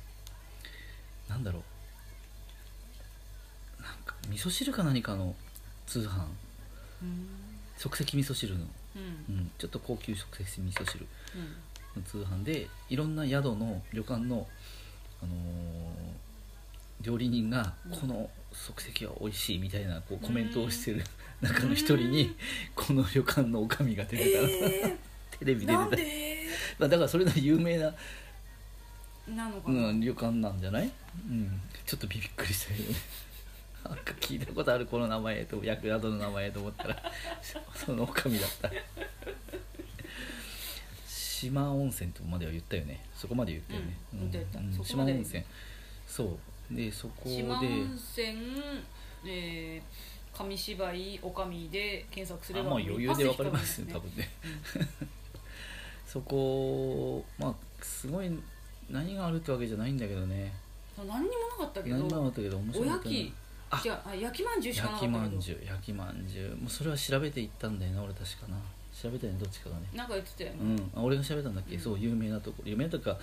[SPEAKER 1] なんだろうなんか味噌汁か何かの通販
[SPEAKER 2] たうん
[SPEAKER 1] 即席味噌汁の、
[SPEAKER 2] うん
[SPEAKER 1] うん、ちょっと高級即席味噌汁
[SPEAKER 2] うん
[SPEAKER 1] の通販でいろんな宿の旅館の、あのー料理人が
[SPEAKER 2] うん
[SPEAKER 1] この即席は美味しいみたいなこうコメントをしてる中の一人にこの旅館の女将が出てたら、
[SPEAKER 2] え
[SPEAKER 1] テレビで
[SPEAKER 2] ー、
[SPEAKER 1] 出
[SPEAKER 2] な
[SPEAKER 1] て
[SPEAKER 2] ん
[SPEAKER 1] た
[SPEAKER 2] で (laughs)
[SPEAKER 1] まあだからそれの有名な、
[SPEAKER 2] なのか
[SPEAKER 1] う
[SPEAKER 2] な、
[SPEAKER 1] ん、旅館なんじゃない、うん、ちょっとびっくりしたけどね (laughs) なんか聞いたことあるこの名前と役宿の名前と思ったら (laughs) その女将だった島温泉とまでは言ったよねそこまで言ったよね、
[SPEAKER 2] うん言った言ったそこ
[SPEAKER 1] 島
[SPEAKER 2] まで
[SPEAKER 1] 温泉そうでそこで
[SPEAKER 2] 島温泉、えー、紙芝居おかみで検索すれ
[SPEAKER 1] あ
[SPEAKER 2] ば
[SPEAKER 1] まあ余裕でわかりますよ
[SPEAKER 2] ね
[SPEAKER 1] 多分ね (laughs) そこまあすごい何があるってわけじゃないんだけどね
[SPEAKER 2] うん何にもなかったけ
[SPEAKER 1] 何もなか
[SPEAKER 2] ど
[SPEAKER 1] ったけど面白
[SPEAKER 2] お
[SPEAKER 1] か
[SPEAKER 2] や
[SPEAKER 1] ったな
[SPEAKER 2] き
[SPEAKER 1] あ
[SPEAKER 2] じゃあ焼きまんじゅうしかなか
[SPEAKER 1] 焼
[SPEAKER 2] っ
[SPEAKER 1] き
[SPEAKER 2] た
[SPEAKER 1] ま
[SPEAKER 2] け
[SPEAKER 1] ん
[SPEAKER 2] ど
[SPEAKER 1] じゅう焼きまんじゅうもうそれは調べていったんだよな俺確かな調べたよねどっちかがね
[SPEAKER 2] なんか言ってたよね
[SPEAKER 1] うんあ俺が調べたんだっけ、
[SPEAKER 2] うん
[SPEAKER 1] そう有名なところ有名とか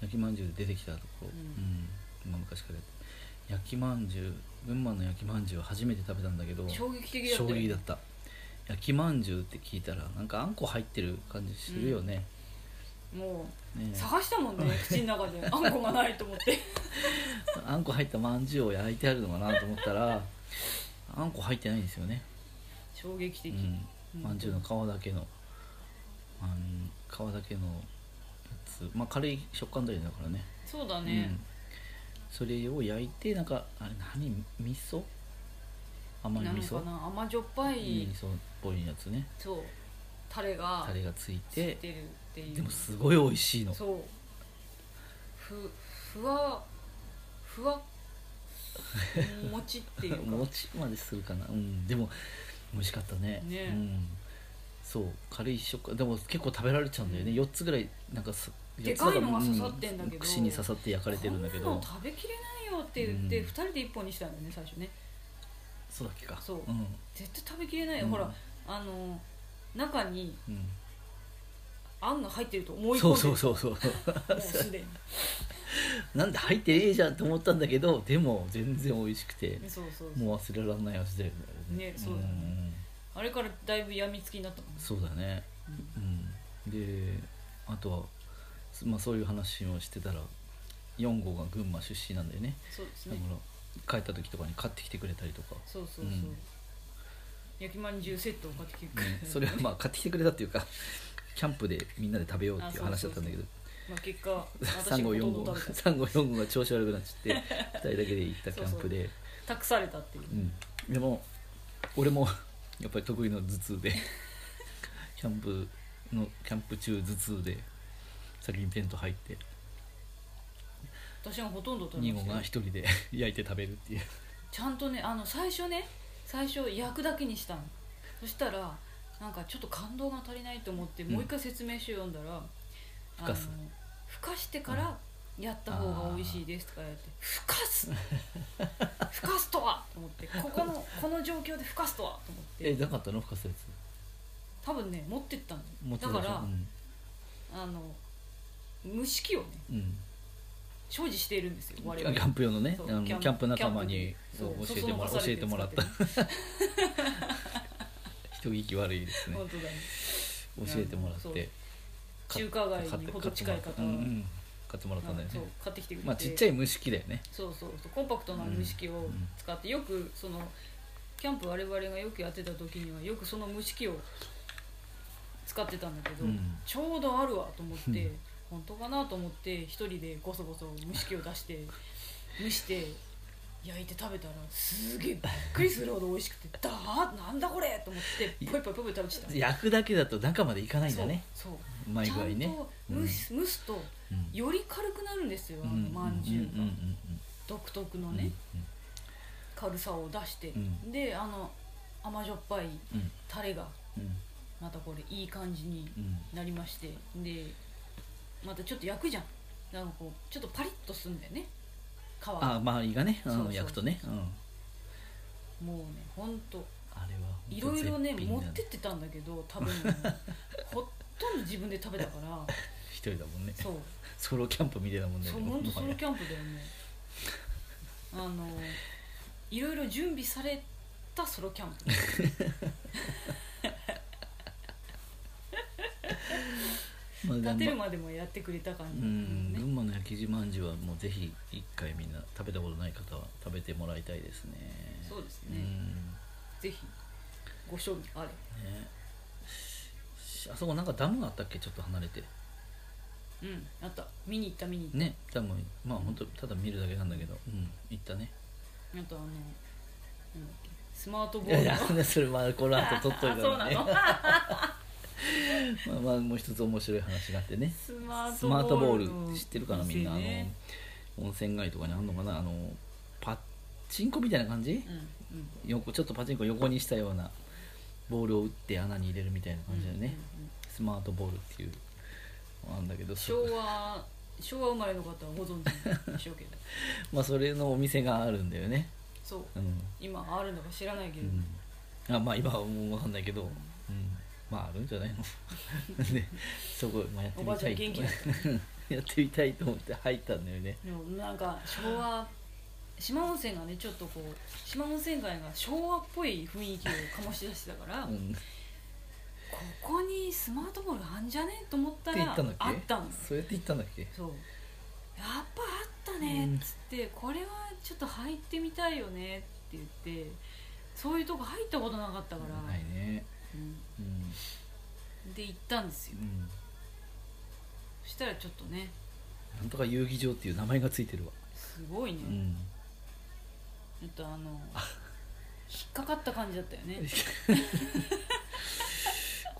[SPEAKER 1] 焼きまんじゅうで出てきたところ
[SPEAKER 2] う
[SPEAKER 1] うん、まあ、昔からやって焼きまんじゅう群馬の焼きまんじゅうは初めて食べたんだけど
[SPEAKER 2] 衝撃的だったよ
[SPEAKER 1] 衝撃だった焼きまんじゅうって聞いたらなんかあんこ入ってる感じするよね、
[SPEAKER 2] もう
[SPEAKER 1] ね
[SPEAKER 2] 探したもんね口
[SPEAKER 1] (laughs)
[SPEAKER 2] の中であんこがないと思って
[SPEAKER 1] あんこ入ったまんじゅうを焼いてあるのかなと思ったらあんこ入ってないんですよね
[SPEAKER 2] 衝撃的、
[SPEAKER 1] うん、まんじゅうの皮だけの、うん、皮だけのやつまあ軽い食感だよねだからね
[SPEAKER 2] そうだね
[SPEAKER 1] うん、それを焼いてなんかあれ何味噌甘い
[SPEAKER 2] なの
[SPEAKER 1] 味噌
[SPEAKER 2] かな甘じょっぱ
[SPEAKER 1] うん
[SPEAKER 2] い、
[SPEAKER 1] 味噌っぽいやつね
[SPEAKER 2] そうタレが
[SPEAKER 1] タレがつい
[SPEAKER 2] つい
[SPEAKER 1] て
[SPEAKER 2] てるっていう
[SPEAKER 1] でもすごい美味しいの
[SPEAKER 2] そうふふわ
[SPEAKER 1] (laughs)
[SPEAKER 2] ふわもちっていうか
[SPEAKER 1] もちまでするかなうんでも美味しかったね
[SPEAKER 2] ね
[SPEAKER 1] うん、そう軽い食感でも結構食べられちゃうんだよね、四4つぐらいなんかす
[SPEAKER 2] でかいのが刺さってんだけど
[SPEAKER 1] う串に刺さって焼かれてるんだけ
[SPEAKER 2] こんな
[SPEAKER 1] ど
[SPEAKER 2] の食べきれないよって言って、
[SPEAKER 1] うん
[SPEAKER 2] 二人で一本にしたんだよね最初ね
[SPEAKER 1] そうだっけか
[SPEAKER 2] そうん絶対食べきれないよ、
[SPEAKER 1] うん
[SPEAKER 2] ほらあの中に
[SPEAKER 1] うん
[SPEAKER 2] 案が入ってると思い込んで
[SPEAKER 1] そうそう
[SPEAKER 2] そ
[SPEAKER 1] そうそう (laughs)
[SPEAKER 2] うもうすで
[SPEAKER 1] なんで入ってねえじゃんと思ったんだけどでも全然美味しくて
[SPEAKER 2] にそうそうそう
[SPEAKER 1] もう忘れられない味だよね
[SPEAKER 2] ねそうだね
[SPEAKER 1] ん
[SPEAKER 2] あれからだいぶ病みつきになったもんね
[SPEAKER 1] そうだね
[SPEAKER 2] うん
[SPEAKER 1] うんであとは、すまあ、そういう話をしてたら4号が群馬出身なんだよね
[SPEAKER 2] そうです
[SPEAKER 1] だか
[SPEAKER 2] ね
[SPEAKER 1] ら帰った時とかに買ってきてくれたりとか、
[SPEAKER 2] そうそうそう、
[SPEAKER 1] うん
[SPEAKER 2] 焼きまんじゅうセットを買ってきてくれ
[SPEAKER 1] ね
[SPEAKER 2] (laughs) た、
[SPEAKER 1] それはまあ買ってきてくれたっていうかキャンプでみんなで食べようっていう話だったんだけど
[SPEAKER 2] まあ結果
[SPEAKER 1] 3
[SPEAKER 2] 私
[SPEAKER 1] 号
[SPEAKER 2] が
[SPEAKER 1] 4
[SPEAKER 2] ほと
[SPEAKER 1] 号
[SPEAKER 2] んど食べ
[SPEAKER 1] 3号4号が調子悪くなっちゃって2人だけで行ったキャンプで
[SPEAKER 2] た託されたっていう
[SPEAKER 1] うん、でも俺も (laughs) やっぱり得意の頭痛で (laughs) キャンプのキャンプ中頭痛で先にテント入って
[SPEAKER 2] 私はほとんど食べ
[SPEAKER 1] 2号
[SPEAKER 2] ました
[SPEAKER 1] が
[SPEAKER 2] よ
[SPEAKER 1] 1人で (laughs) 焼いて食べるっていう
[SPEAKER 2] ちゃんとねあの最初ね最初焼くだけにしたのそしたらなんかちょっと感動が足りないと思って、
[SPEAKER 1] ん
[SPEAKER 2] もう一回説明書読んだら
[SPEAKER 1] ふかす
[SPEAKER 2] あのふかしてからやった方が美味しいですとかやって「ふかす! 」「ふかすとは!」と思ってここ
[SPEAKER 1] (laughs)
[SPEAKER 2] のこの状況でふかすとはと思っ
[SPEAKER 1] え
[SPEAKER 2] て
[SPEAKER 1] なかったの深瀬やつ
[SPEAKER 2] 多分ね持ってったのよ
[SPEAKER 1] 持ってた
[SPEAKER 2] だ
[SPEAKER 1] でしょ
[SPEAKER 2] から
[SPEAKER 1] う、ん
[SPEAKER 2] あの蒸し器をね
[SPEAKER 1] うん
[SPEAKER 2] 所持しているんですよ我
[SPEAKER 1] キ
[SPEAKER 2] 々
[SPEAKER 1] ャンプ用のね
[SPEAKER 2] そう
[SPEAKER 1] あの
[SPEAKER 2] キ
[SPEAKER 1] キ
[SPEAKER 2] ャン
[SPEAKER 1] ャンプ仲間
[SPEAKER 2] キャン
[SPEAKER 1] に
[SPEAKER 2] プ
[SPEAKER 1] そう教
[SPEAKER 2] そう
[SPEAKER 1] えてもら
[SPEAKER 2] そ
[SPEAKER 1] 教
[SPEAKER 2] う
[SPEAKER 1] えてもらった
[SPEAKER 2] そ
[SPEAKER 1] 人聞き悪いですね
[SPEAKER 2] 本当だね
[SPEAKER 1] 教えてもらっ
[SPEAKER 2] そう
[SPEAKER 1] て買っ
[SPEAKER 2] 中華街にほど近い
[SPEAKER 1] 買っ
[SPEAKER 2] 方
[SPEAKER 1] てもらったうんうん買ってもらったんだよ
[SPEAKER 2] そう
[SPEAKER 1] ね
[SPEAKER 2] 買ってきてくれて、
[SPEAKER 1] まあちっちゃい蒸し器だよね
[SPEAKER 2] そうそうそうコンパクトな蒸し器を使って、よくそのキャンプ我々がよくやってた時にはよくその蒸し器を使ってたんだけど、
[SPEAKER 1] うん
[SPEAKER 2] ちょうどあるわと思っ
[SPEAKER 1] う
[SPEAKER 2] て本当かなと思って一人でごそごそ蒸し器を出して蒸して焼いて食べたらすげえびっくりするほど美味しくて「だーなんだこれ!」と思ってポイポイポイポイ食べてた
[SPEAKER 1] 焼くだけだと中までいかないんだね
[SPEAKER 2] そうそ
[SPEAKER 1] う
[SPEAKER 2] う
[SPEAKER 1] まい
[SPEAKER 2] ちゃ
[SPEAKER 1] 具合
[SPEAKER 2] ん
[SPEAKER 1] ね
[SPEAKER 2] と蒸す,、蒸すと
[SPEAKER 1] うん
[SPEAKER 2] より軽くなるんですよあの
[SPEAKER 1] うん
[SPEAKER 2] まんじゅうが、
[SPEAKER 1] うんうん
[SPEAKER 2] 独特の
[SPEAKER 1] うんうん
[SPEAKER 2] ね、軽さを出して、
[SPEAKER 1] うん
[SPEAKER 2] であの甘じょっぱい
[SPEAKER 1] うんうん
[SPEAKER 2] タレが
[SPEAKER 1] うん
[SPEAKER 2] またこれいい感じに
[SPEAKER 1] うん
[SPEAKER 2] なりましてでまたちょっと焼くじゃんなんかこうちょっとパリッとすんだよね皮
[SPEAKER 1] あ
[SPEAKER 2] が
[SPEAKER 1] 周りがねあ
[SPEAKER 2] そうそ
[SPEAKER 1] の
[SPEAKER 2] う
[SPEAKER 1] 焼くとねうん
[SPEAKER 2] もうねほんと
[SPEAKER 1] あれは本
[SPEAKER 2] い
[SPEAKER 1] 当
[SPEAKER 2] ろいろね
[SPEAKER 1] 絶品
[SPEAKER 2] 持
[SPEAKER 1] だ
[SPEAKER 2] ってってたんだけど食べ物
[SPEAKER 1] (laughs)
[SPEAKER 2] ほとんど自分で食べたから
[SPEAKER 1] 一人だもんね
[SPEAKER 2] そう
[SPEAKER 1] ソロキャンプみたいなもんだ
[SPEAKER 2] そ
[SPEAKER 1] け
[SPEAKER 2] う
[SPEAKER 1] ど
[SPEAKER 2] 本当
[SPEAKER 1] も
[SPEAKER 2] ソ
[SPEAKER 1] は
[SPEAKER 2] ロ
[SPEAKER 1] や
[SPEAKER 2] キャンプだよねあのいろいろ準備されたソロキ
[SPEAKER 1] (laughs)
[SPEAKER 2] ャンプ
[SPEAKER 1] まあ
[SPEAKER 2] 立てるまでもやってくれた感
[SPEAKER 1] う
[SPEAKER 2] じ、
[SPEAKER 1] ん
[SPEAKER 2] ね
[SPEAKER 1] 群馬の焼き地まんじゅうはもうぜひ一回みんな食べたことない方は食べてもらいたいですね
[SPEAKER 2] そうです
[SPEAKER 1] う
[SPEAKER 2] ね、
[SPEAKER 1] ん
[SPEAKER 2] ぜひご賞味あれ
[SPEAKER 1] ねしあそこなんかダムがあったっけちょっと離れて
[SPEAKER 2] うんあった見に行った見に行っ
[SPEAKER 1] ねダムまあ本当ただ見るだけなんだけどうん行ったね
[SPEAKER 2] た、あとあのなんだっけスマートボ
[SPEAKER 1] いや
[SPEAKER 2] ー
[SPEAKER 1] い
[SPEAKER 2] ルの (laughs)
[SPEAKER 1] やそれまあこの後取っといた
[SPEAKER 2] あそうなの
[SPEAKER 1] ま
[SPEAKER 2] (laughs)
[SPEAKER 1] あまあもう一つ面白い話があってね
[SPEAKER 2] スマ
[SPEAKER 1] スマートボール
[SPEAKER 2] の
[SPEAKER 1] 知ってるかなみんなあ
[SPEAKER 2] 店ね
[SPEAKER 1] の温泉街とかにあんのかなあのパチンコみたいな感じ
[SPEAKER 2] うんうん
[SPEAKER 1] 横ちょっとパチンコ横にしたようなボールを打って穴に入れるみたいな感じだよね、
[SPEAKER 2] うんうん
[SPEAKER 1] スマートボールっていうのなんだけどそ
[SPEAKER 2] 昭和昭和生まれの方はご存知でしょうけど
[SPEAKER 1] まあそれのお店があるんだよね
[SPEAKER 2] そう
[SPEAKER 1] うん、
[SPEAKER 2] 今あるのか知らないけ
[SPEAKER 1] うん
[SPEAKER 2] ど、
[SPEAKER 1] あまあ今はもう分かんないけど、うん、まああるんじゃ
[SPEAKER 2] (laughs)
[SPEAKER 1] ないのでそこ、まあ、やって
[SPEAKER 2] お
[SPEAKER 1] み
[SPEAKER 2] ばあち
[SPEAKER 1] た
[SPEAKER 2] ゃん
[SPEAKER 1] いと
[SPEAKER 2] 元気だっ
[SPEAKER 1] (laughs)
[SPEAKER 2] た
[SPEAKER 1] やってみたいと思って入ったんだよね
[SPEAKER 2] でもなんか昭和島温泉がねちょっとこう島温泉街が昭和っぽい雰囲気を醸し出してたから、
[SPEAKER 1] うん
[SPEAKER 2] ここにスマートボールあんじゃねと思った
[SPEAKER 1] って
[SPEAKER 2] ら
[SPEAKER 1] 言ったんだっけ
[SPEAKER 2] あったんです
[SPEAKER 1] そうやって行ったんだっけ
[SPEAKER 2] そうやっぱあったねっつって、これはちょっと入ってみたいよねって言ってそういうとこ入ったことなかったから、
[SPEAKER 1] ないね
[SPEAKER 2] う
[SPEAKER 1] うん、
[SPEAKER 2] んで行ったんですよ
[SPEAKER 1] うん、
[SPEAKER 2] そしたらちょっとね
[SPEAKER 1] なんとか遊技場っていう名前がついてるわ
[SPEAKER 2] すごいね、
[SPEAKER 1] うん
[SPEAKER 2] ちょっとあの引っかかった感じだったよね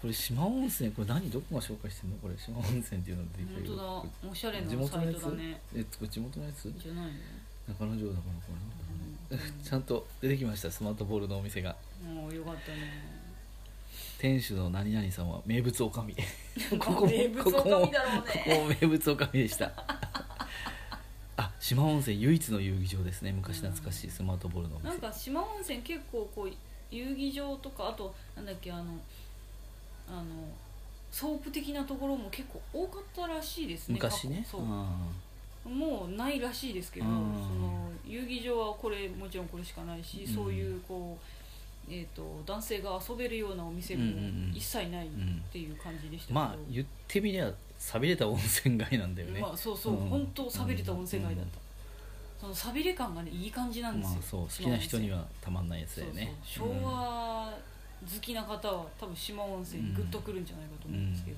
[SPEAKER 1] これ島温泉これ何どこが紹介してんのこれ島温泉っていうので
[SPEAKER 2] 本当だおしゃれな
[SPEAKER 1] 地元
[SPEAKER 2] サ
[SPEAKER 1] の
[SPEAKER 2] イ
[SPEAKER 1] や
[SPEAKER 2] ト
[SPEAKER 1] つ
[SPEAKER 2] だね
[SPEAKER 1] えこれ地元のやつ
[SPEAKER 2] じゃないよ
[SPEAKER 1] 中野城だからこれなんだろうねちゃんと出てきましたスマートボールのお店が
[SPEAKER 2] もうよかったね
[SPEAKER 1] 店主の何々さんは名物おか
[SPEAKER 2] (laughs)
[SPEAKER 1] み (laughs) ここも
[SPEAKER 2] 名物女将だろうね
[SPEAKER 1] ここも名物おかみでした (laughs) あ島温泉唯一の遊技場ですね昔懐かしいスマートボールのお
[SPEAKER 2] なん
[SPEAKER 1] 店
[SPEAKER 2] か島温泉結構こう遊技場とかあとなんだっけあのあのソープ的なところも結構多かったらしいですね
[SPEAKER 1] 昔ね
[SPEAKER 2] 過去そううんもうないらしいですけど、
[SPEAKER 1] うん
[SPEAKER 2] その遊技場はこれもちろんこれしかないし、
[SPEAKER 1] うん
[SPEAKER 2] そういうこう、えー、と男性が遊べるようなお店も
[SPEAKER 1] うんうんうん
[SPEAKER 2] 一切ないっ
[SPEAKER 1] うん
[SPEAKER 2] ていう感じでしたけど、
[SPEAKER 1] まあ言ってみりゃ寂れた温泉街なんだよね、
[SPEAKER 2] まあそうそう、
[SPEAKER 1] うん
[SPEAKER 2] 本当さびれた温泉街だった、そのさびれ感がねいい感じなんですよ、
[SPEAKER 1] まあそう好きな人にはたまんないやつだよね
[SPEAKER 2] そうそう昭和好きな方は多分島温泉にグッとくるんじゃないかと思うんですけど、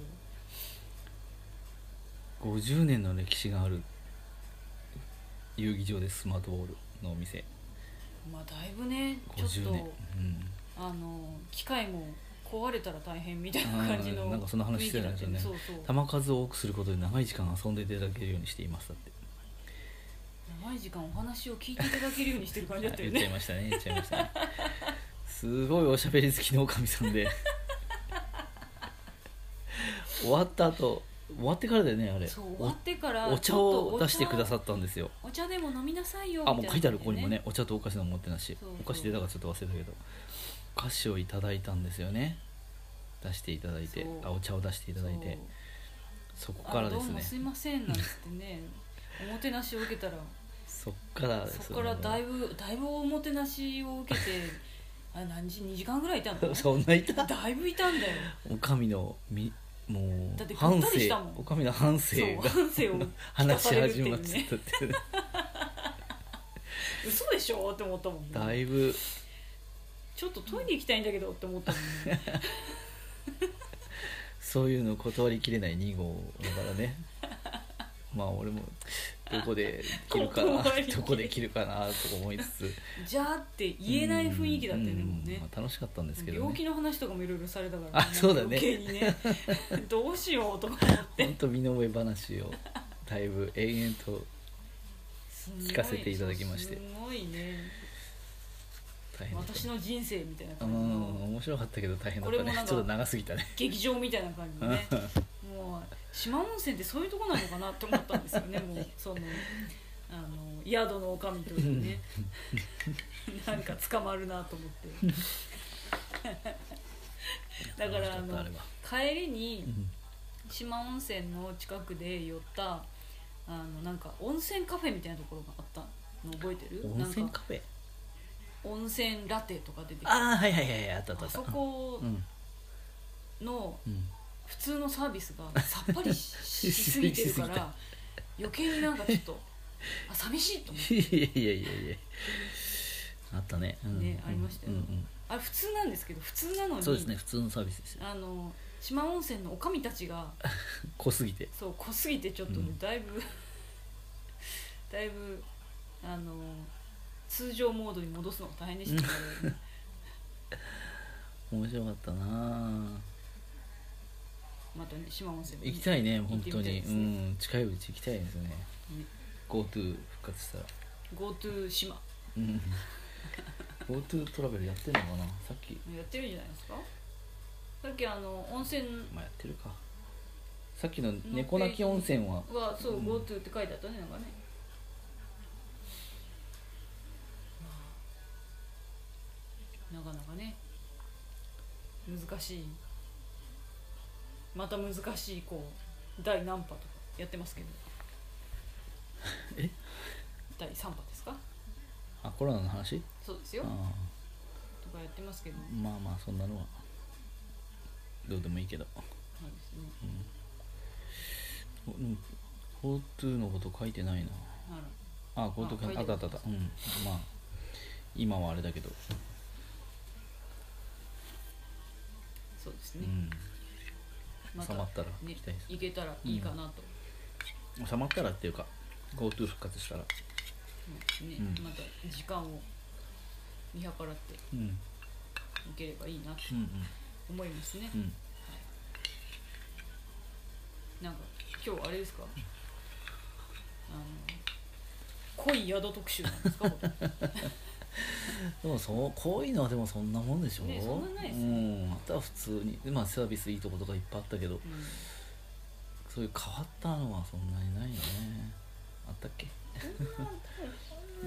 [SPEAKER 1] うん50年の歴史がある遊技場でスマートボールのお店
[SPEAKER 2] まあだいぶねちょっ
[SPEAKER 1] 50
[SPEAKER 2] と
[SPEAKER 1] 年うん
[SPEAKER 2] あの機械も壊れたら大変みたいな感じ
[SPEAKER 1] う
[SPEAKER 2] の
[SPEAKER 1] んなんかそんな話してた
[SPEAKER 2] 雰
[SPEAKER 1] ん
[SPEAKER 2] 囲
[SPEAKER 1] で
[SPEAKER 2] 気
[SPEAKER 1] すよ
[SPEAKER 2] に
[SPEAKER 1] ね
[SPEAKER 2] なってるそうそう
[SPEAKER 1] 球数を多くすることで長い時間遊んでいただけるようにしていますだって
[SPEAKER 2] 長い時間お話を聞いていただけるようにしてる感じだったよ
[SPEAKER 1] 言っ (laughs) ちゃい
[SPEAKER 2] ね
[SPEAKER 1] ましたね言っちゃいましたねすごいおしゃべり好きのおかみさ
[SPEAKER 2] (laughs)
[SPEAKER 1] んで終わった後終わってからだよねあれ
[SPEAKER 2] そう終わってから
[SPEAKER 1] おお茶を出してくださ
[SPEAKER 2] っ
[SPEAKER 1] ったんですよ
[SPEAKER 2] お茶でも飲みなさいよ
[SPEAKER 1] あもう書いてある
[SPEAKER 2] み
[SPEAKER 1] ここ
[SPEAKER 2] たな
[SPEAKER 1] にもねお茶とお菓子の持ってなし
[SPEAKER 2] そうそう
[SPEAKER 1] お菓子出たからちょっと忘れたけどお菓子をいただいたんですよね出していただいて
[SPEAKER 2] そう
[SPEAKER 1] あお茶を出していただいてそ
[SPEAKER 2] そう
[SPEAKER 1] こからで
[SPEAKER 2] あ
[SPEAKER 1] す
[SPEAKER 2] どうも
[SPEAKER 1] ね
[SPEAKER 2] すいませんなんつってねおもてなしを受けたら
[SPEAKER 1] そっからです
[SPEAKER 2] そこからだいぶだいぶおもてなしを受けてあ何時2時間ぐらいいた
[SPEAKER 1] (laughs)
[SPEAKER 2] の
[SPEAKER 1] そんないた
[SPEAKER 2] だいぶいたんだよ
[SPEAKER 1] おかみのみも
[SPEAKER 2] だって
[SPEAKER 1] う
[SPEAKER 2] ぐった
[SPEAKER 1] 半
[SPEAKER 2] りしたもん
[SPEAKER 1] 生おかみの半
[SPEAKER 2] そう
[SPEAKER 1] 生が
[SPEAKER 2] 反省を
[SPEAKER 1] (laughs) 話し始
[SPEAKER 2] 聞
[SPEAKER 1] ま
[SPEAKER 2] か
[SPEAKER 1] っ
[SPEAKER 2] されるっていうね
[SPEAKER 1] てたってね
[SPEAKER 2] 嘘でしょって思ったもんね
[SPEAKER 1] だいぶ
[SPEAKER 2] ちょっとトイレ行きたいんだけどって思ったもんね
[SPEAKER 1] そういうの断りきれない2号だから
[SPEAKER 2] (laughs)
[SPEAKER 1] ねまあ俺もどこで切るか
[SPEAKER 2] (laughs)
[SPEAKER 1] な
[SPEAKER 2] 断りきれ
[SPEAKER 1] どこで切るかなとか思いつつ
[SPEAKER 2] じゃあって言えない雰囲気だったよね
[SPEAKER 1] うん
[SPEAKER 2] もうね
[SPEAKER 1] まあ楽しかったんですけど
[SPEAKER 2] 病
[SPEAKER 1] ね
[SPEAKER 2] 気の話とかもいろいろされたから、
[SPEAKER 1] あそうだね
[SPEAKER 2] 余計にねどうしようとか思って
[SPEAKER 1] 本当身の上話をだいぶ延々と
[SPEAKER 2] すごい
[SPEAKER 1] 聞かせていただきまして
[SPEAKER 2] すごいね
[SPEAKER 1] 大変だった
[SPEAKER 2] 私の人生みたいな
[SPEAKER 1] う
[SPEAKER 2] 感じ
[SPEAKER 1] ん
[SPEAKER 2] の
[SPEAKER 1] 面白かったけど大変だっ
[SPEAKER 2] これ
[SPEAKER 1] た
[SPEAKER 2] もなん
[SPEAKER 1] ね (laughs)
[SPEAKER 2] か
[SPEAKER 1] ちょっと長すぎたね
[SPEAKER 2] 劇場みたいな感じ
[SPEAKER 1] (laughs)
[SPEAKER 2] のねもう島温泉ってそういうとこなのかなって思ったんで
[SPEAKER 1] (laughs)
[SPEAKER 2] すよねもうそのあの宿の女将というね (laughs) なんか捕まるなと
[SPEAKER 1] (laughs)
[SPEAKER 2] 思ってだから
[SPEAKER 1] 楽し
[SPEAKER 2] あ
[SPEAKER 1] った
[SPEAKER 2] の
[SPEAKER 1] あれは
[SPEAKER 2] 帰りに
[SPEAKER 1] うん
[SPEAKER 2] 島温泉の近くで寄ったあのなんか温泉カフェみたいなところがあったの覚えてる
[SPEAKER 1] 温泉
[SPEAKER 2] なんか
[SPEAKER 1] カフェ
[SPEAKER 2] 温泉ラテとか出てきてあ
[SPEAKER 1] ああはいはいはいはいあったあったあった
[SPEAKER 2] そこ
[SPEAKER 1] うん
[SPEAKER 2] の
[SPEAKER 1] うん
[SPEAKER 2] 普通のサービスがさっぱりししすぎてるか
[SPEAKER 1] しすぎ (laughs)
[SPEAKER 2] ら余計になんかちょっとあ寂しいと思って
[SPEAKER 1] いやいやいやいやあったね、うん、
[SPEAKER 2] ねありましたよ
[SPEAKER 1] うんうん
[SPEAKER 2] あれ普通なんですけど普通な
[SPEAKER 1] う
[SPEAKER 2] の
[SPEAKER 1] ん
[SPEAKER 2] に
[SPEAKER 1] そうですね普通のサービスですよ
[SPEAKER 2] あの島温泉のおかみたちが
[SPEAKER 1] 濃すぎて
[SPEAKER 2] そう濃すぎてちょっと
[SPEAKER 1] うん
[SPEAKER 2] だいぶ、 (laughs) だいぶあの通常モードに戻すのが大変でしたけ
[SPEAKER 1] (laughs)
[SPEAKER 2] ど
[SPEAKER 1] 面白かったな
[SPEAKER 2] またね島温泉
[SPEAKER 1] 行きたいね本当
[SPEAKER 2] 行ってみた
[SPEAKER 1] に
[SPEAKER 2] いです
[SPEAKER 1] う
[SPEAKER 2] ね
[SPEAKER 1] ん近いうち行きたいですね GoTo 復活したら
[SPEAKER 2] GoTo 島
[SPEAKER 1] うん (laughs) GoTo トラベルやってんのかなさっき
[SPEAKER 2] やってるんじゃないですかさっきあの温泉
[SPEAKER 1] まあやってるかさっきの猫鳴き温泉は
[SPEAKER 2] はそう、
[SPEAKER 1] うん
[SPEAKER 2] GoTo って書いてあったねなんかねなかなかね難しいまた難しいこう第何波とかやってますけど
[SPEAKER 1] (laughs) え
[SPEAKER 2] 第3波ですか
[SPEAKER 1] あコロナの話
[SPEAKER 2] そうです
[SPEAKER 1] あ
[SPEAKER 2] よ
[SPEAKER 1] あ
[SPEAKER 2] とかやってますけど
[SPEAKER 1] まあまあそんなのはどうでもいいけど
[SPEAKER 2] そうですね
[SPEAKER 1] おでも GoTo のこと書いてないな
[SPEAKER 2] あら
[SPEAKER 1] あゴートキャン
[SPEAKER 2] あ
[SPEAKER 1] あったあったあったうんまあ今はあれだけど、
[SPEAKER 2] そうです
[SPEAKER 1] う
[SPEAKER 2] ね、
[SPEAKER 1] ん、
[SPEAKER 2] また
[SPEAKER 1] 収まったら
[SPEAKER 2] ね
[SPEAKER 1] 行きたいです、
[SPEAKER 2] 行けたらいいかなと、
[SPEAKER 1] 収まったらっていうか GoTo 復活したら
[SPEAKER 2] ね
[SPEAKER 1] うん
[SPEAKER 2] また時間を見計らって
[SPEAKER 1] うんうん
[SPEAKER 2] いければいいなと
[SPEAKER 1] うん
[SPEAKER 2] 思いますね、
[SPEAKER 1] うん
[SPEAKER 2] なんか今日あれですかあの濃い宿特集なんです
[SPEAKER 1] (laughs)
[SPEAKER 2] か僕
[SPEAKER 1] でもそうこういうのはでもそんなもんでしょ
[SPEAKER 2] ねそんなないです
[SPEAKER 1] う
[SPEAKER 2] ね
[SPEAKER 1] んあとは普通にでまあサービスいいとことかいっぱいあったけどそういう変わったのはそんなにないよねあったっけ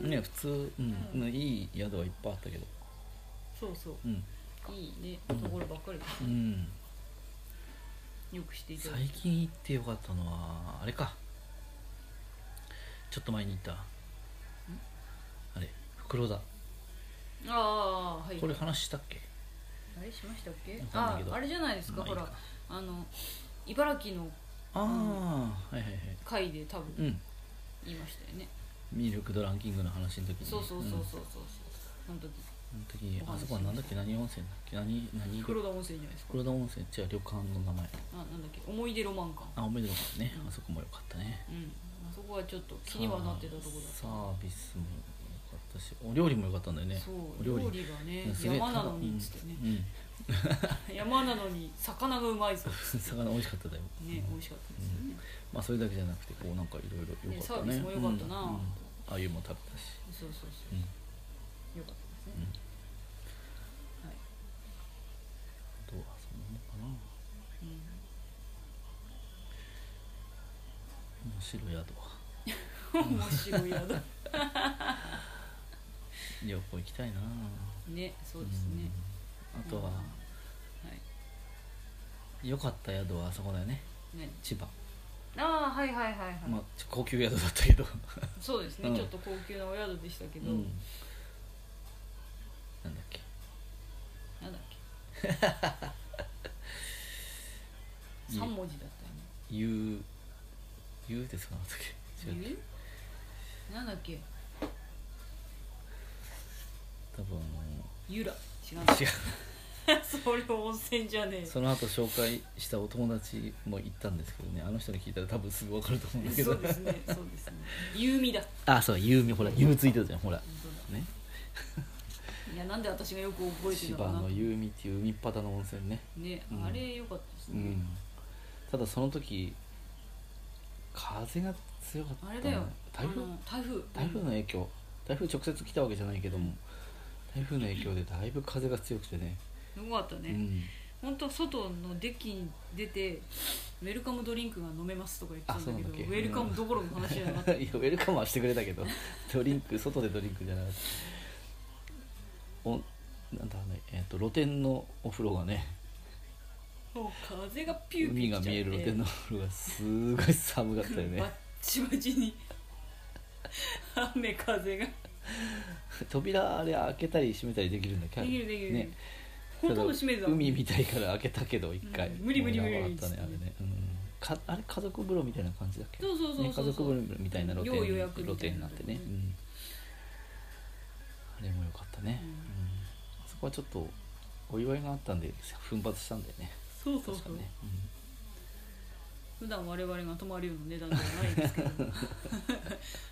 [SPEAKER 1] ね普通、うん
[SPEAKER 2] うん
[SPEAKER 1] うんいい宿はいっぱいあったけど
[SPEAKER 2] そうそ
[SPEAKER 1] うん
[SPEAKER 2] ういいねところばっかりです
[SPEAKER 1] うん
[SPEAKER 2] よくしていただ
[SPEAKER 1] 最
[SPEAKER 2] いて
[SPEAKER 1] 近行ってよかったのはあれかちょっと前に行ったあれ袋田
[SPEAKER 2] ああはい
[SPEAKER 1] これ話したっけ
[SPEAKER 2] あれしましたっけ
[SPEAKER 1] わかんない
[SPEAKER 2] あ
[SPEAKER 1] けど
[SPEAKER 2] あれじゃないですか、
[SPEAKER 1] まあいい
[SPEAKER 2] ほ
[SPEAKER 1] から
[SPEAKER 2] あの茨城の
[SPEAKER 1] ああーはいはいはい
[SPEAKER 2] 回で多
[SPEAKER 1] う
[SPEAKER 2] 分
[SPEAKER 1] ん
[SPEAKER 2] 言いましたよね、
[SPEAKER 1] 魅力度ランキングの話の時に
[SPEAKER 2] そうそうそうそう
[SPEAKER 1] うん
[SPEAKER 2] そうそうあの時
[SPEAKER 1] あの時
[SPEAKER 2] お話
[SPEAKER 1] あそこはなんだっけ何温泉だっけ何何
[SPEAKER 2] 黒田温泉じゃないですか
[SPEAKER 1] 黒田温泉違う旅館の名前
[SPEAKER 2] あなんだっけ思い出ロマン館
[SPEAKER 1] あおめでとうございますね
[SPEAKER 2] うん
[SPEAKER 1] あそこも良かったね
[SPEAKER 2] うんあそこはちょっと気にはなってたとこ
[SPEAKER 1] サ
[SPEAKER 2] ろだっ
[SPEAKER 1] ービスも良かったしお料理も良かったんだよ
[SPEAKER 2] た、
[SPEAKER 1] ね
[SPEAKER 2] そう
[SPEAKER 1] お
[SPEAKER 2] 料
[SPEAKER 1] 料
[SPEAKER 2] 理
[SPEAKER 1] 理
[SPEAKER 2] が
[SPEAKER 1] う
[SPEAKER 2] ね
[SPEAKER 1] んすげえ
[SPEAKER 2] 山なのにっつってね、
[SPEAKER 1] うんうん (laughs)
[SPEAKER 2] 山なのに魚がうまいぞっつっ
[SPEAKER 1] 魚美味しかっただよ
[SPEAKER 2] てね美味しかったですよね、
[SPEAKER 1] まあそれだけじゃなくてこうなんかいろいろ良かった
[SPEAKER 2] ねサービ
[SPEAKER 1] ね
[SPEAKER 2] スも良かった
[SPEAKER 1] う
[SPEAKER 2] な
[SPEAKER 1] んうんあゆも食べたし
[SPEAKER 2] そうそうそ
[SPEAKER 1] う
[SPEAKER 2] う
[SPEAKER 1] ん
[SPEAKER 2] よかったですね、はい
[SPEAKER 1] あとはそのもんかな面白い宿は
[SPEAKER 2] うん、面白い
[SPEAKER 1] (laughs)
[SPEAKER 2] 宿
[SPEAKER 1] 旅行行きたいな
[SPEAKER 2] ねそうですね、
[SPEAKER 1] うんあとは
[SPEAKER 2] はい
[SPEAKER 1] 良かった宿はあそこだよね
[SPEAKER 2] 何
[SPEAKER 1] 千葉
[SPEAKER 2] ああはいはいはいはい、
[SPEAKER 1] まあちょ高級宿だったけど
[SPEAKER 2] そうですね、
[SPEAKER 1] うん
[SPEAKER 2] ちょっと高級なお宿でしたけど、
[SPEAKER 1] うんなんだっけ
[SPEAKER 2] なんだっ
[SPEAKER 1] (laughs)
[SPEAKER 2] け
[SPEAKER 1] いい
[SPEAKER 2] 三文字だった
[SPEAKER 1] ゆうゆうですかなんだっけ
[SPEAKER 2] よ
[SPEAKER 1] 違う
[SPEAKER 2] ねゆなんだっけ
[SPEAKER 1] 多分
[SPEAKER 2] ゆら違う
[SPEAKER 1] あの違う
[SPEAKER 2] (laughs) それ温泉じゃねえ
[SPEAKER 1] その後紹介したお友達も行ったんですけどねあの人に聞いたら多分すぐ分かると思うんだけ
[SPEAKER 2] そ
[SPEAKER 1] ど
[SPEAKER 2] うですねそうですねゆうみだ本
[SPEAKER 1] あそうゆうみほらゆうついてたじゃんほら
[SPEAKER 2] 当
[SPEAKER 1] ね
[SPEAKER 2] だいやなんで私がよく覚えて
[SPEAKER 1] 千
[SPEAKER 2] る
[SPEAKER 1] 葉
[SPEAKER 2] のかな
[SPEAKER 1] のゆうみっていう海っ端の温泉ね
[SPEAKER 2] ね、
[SPEAKER 1] うん
[SPEAKER 2] あれ良かったです
[SPEAKER 1] う
[SPEAKER 2] ね、
[SPEAKER 1] んただその時風が強かった
[SPEAKER 2] あ
[SPEAKER 1] ね
[SPEAKER 2] れだよ
[SPEAKER 1] 台風
[SPEAKER 2] あの台風
[SPEAKER 1] 台風の影響台風直接来たわけじゃないけども台風の影響でだいぶ風が強くてね
[SPEAKER 2] うんよかったね、
[SPEAKER 1] うん
[SPEAKER 2] 本当外のデッキに出てウェルカムドリンクが飲めますとか言ってたんだ
[SPEAKER 1] あそ
[SPEAKER 2] け
[SPEAKER 1] うな
[SPEAKER 2] ど
[SPEAKER 1] んだ
[SPEAKER 2] ウ
[SPEAKER 1] っけ
[SPEAKER 2] ェルカムどころの話じゃなかっ
[SPEAKER 1] いやウェルカムはしてくれたけどドリンク外でドリンクじゃなくておなんだねえっ、と露天のお風呂がね
[SPEAKER 2] たもう風がピューピュ
[SPEAKER 1] 海
[SPEAKER 2] ー
[SPEAKER 1] が
[SPEAKER 2] 来ちゃ
[SPEAKER 1] 見える露天のお風呂がすごい寒かったよ
[SPEAKER 2] (laughs) ってバッ
[SPEAKER 1] ね
[SPEAKER 2] チバチに雨風が
[SPEAKER 1] 扉あれ開けたり閉めたりできるんだっけ
[SPEAKER 2] できるできる、
[SPEAKER 1] ね
[SPEAKER 2] ほとんど閉める
[SPEAKER 1] た
[SPEAKER 2] ぞ
[SPEAKER 1] だ海みたいから開けたけど一回、
[SPEAKER 2] うん無理無理無理
[SPEAKER 1] もうやばかったねあれね、うん、かあれ家族風呂みたいな感じだっけ
[SPEAKER 2] そうそうそうそうそう
[SPEAKER 1] ね、家族風呂みたいな露天
[SPEAKER 2] 要予約み
[SPEAKER 1] 露
[SPEAKER 2] たい
[SPEAKER 1] 天
[SPEAKER 2] な
[SPEAKER 1] になってね、うん、あれも良かったね、
[SPEAKER 2] うん
[SPEAKER 1] うんあそこはちょっとお祝いがあったんで奮発したんだよね
[SPEAKER 2] そうそう
[SPEAKER 1] 確
[SPEAKER 2] そ
[SPEAKER 1] か
[SPEAKER 2] う、
[SPEAKER 1] ね、
[SPEAKER 2] 普段我々が泊まるような値段ではないんですけど
[SPEAKER 1] (laughs)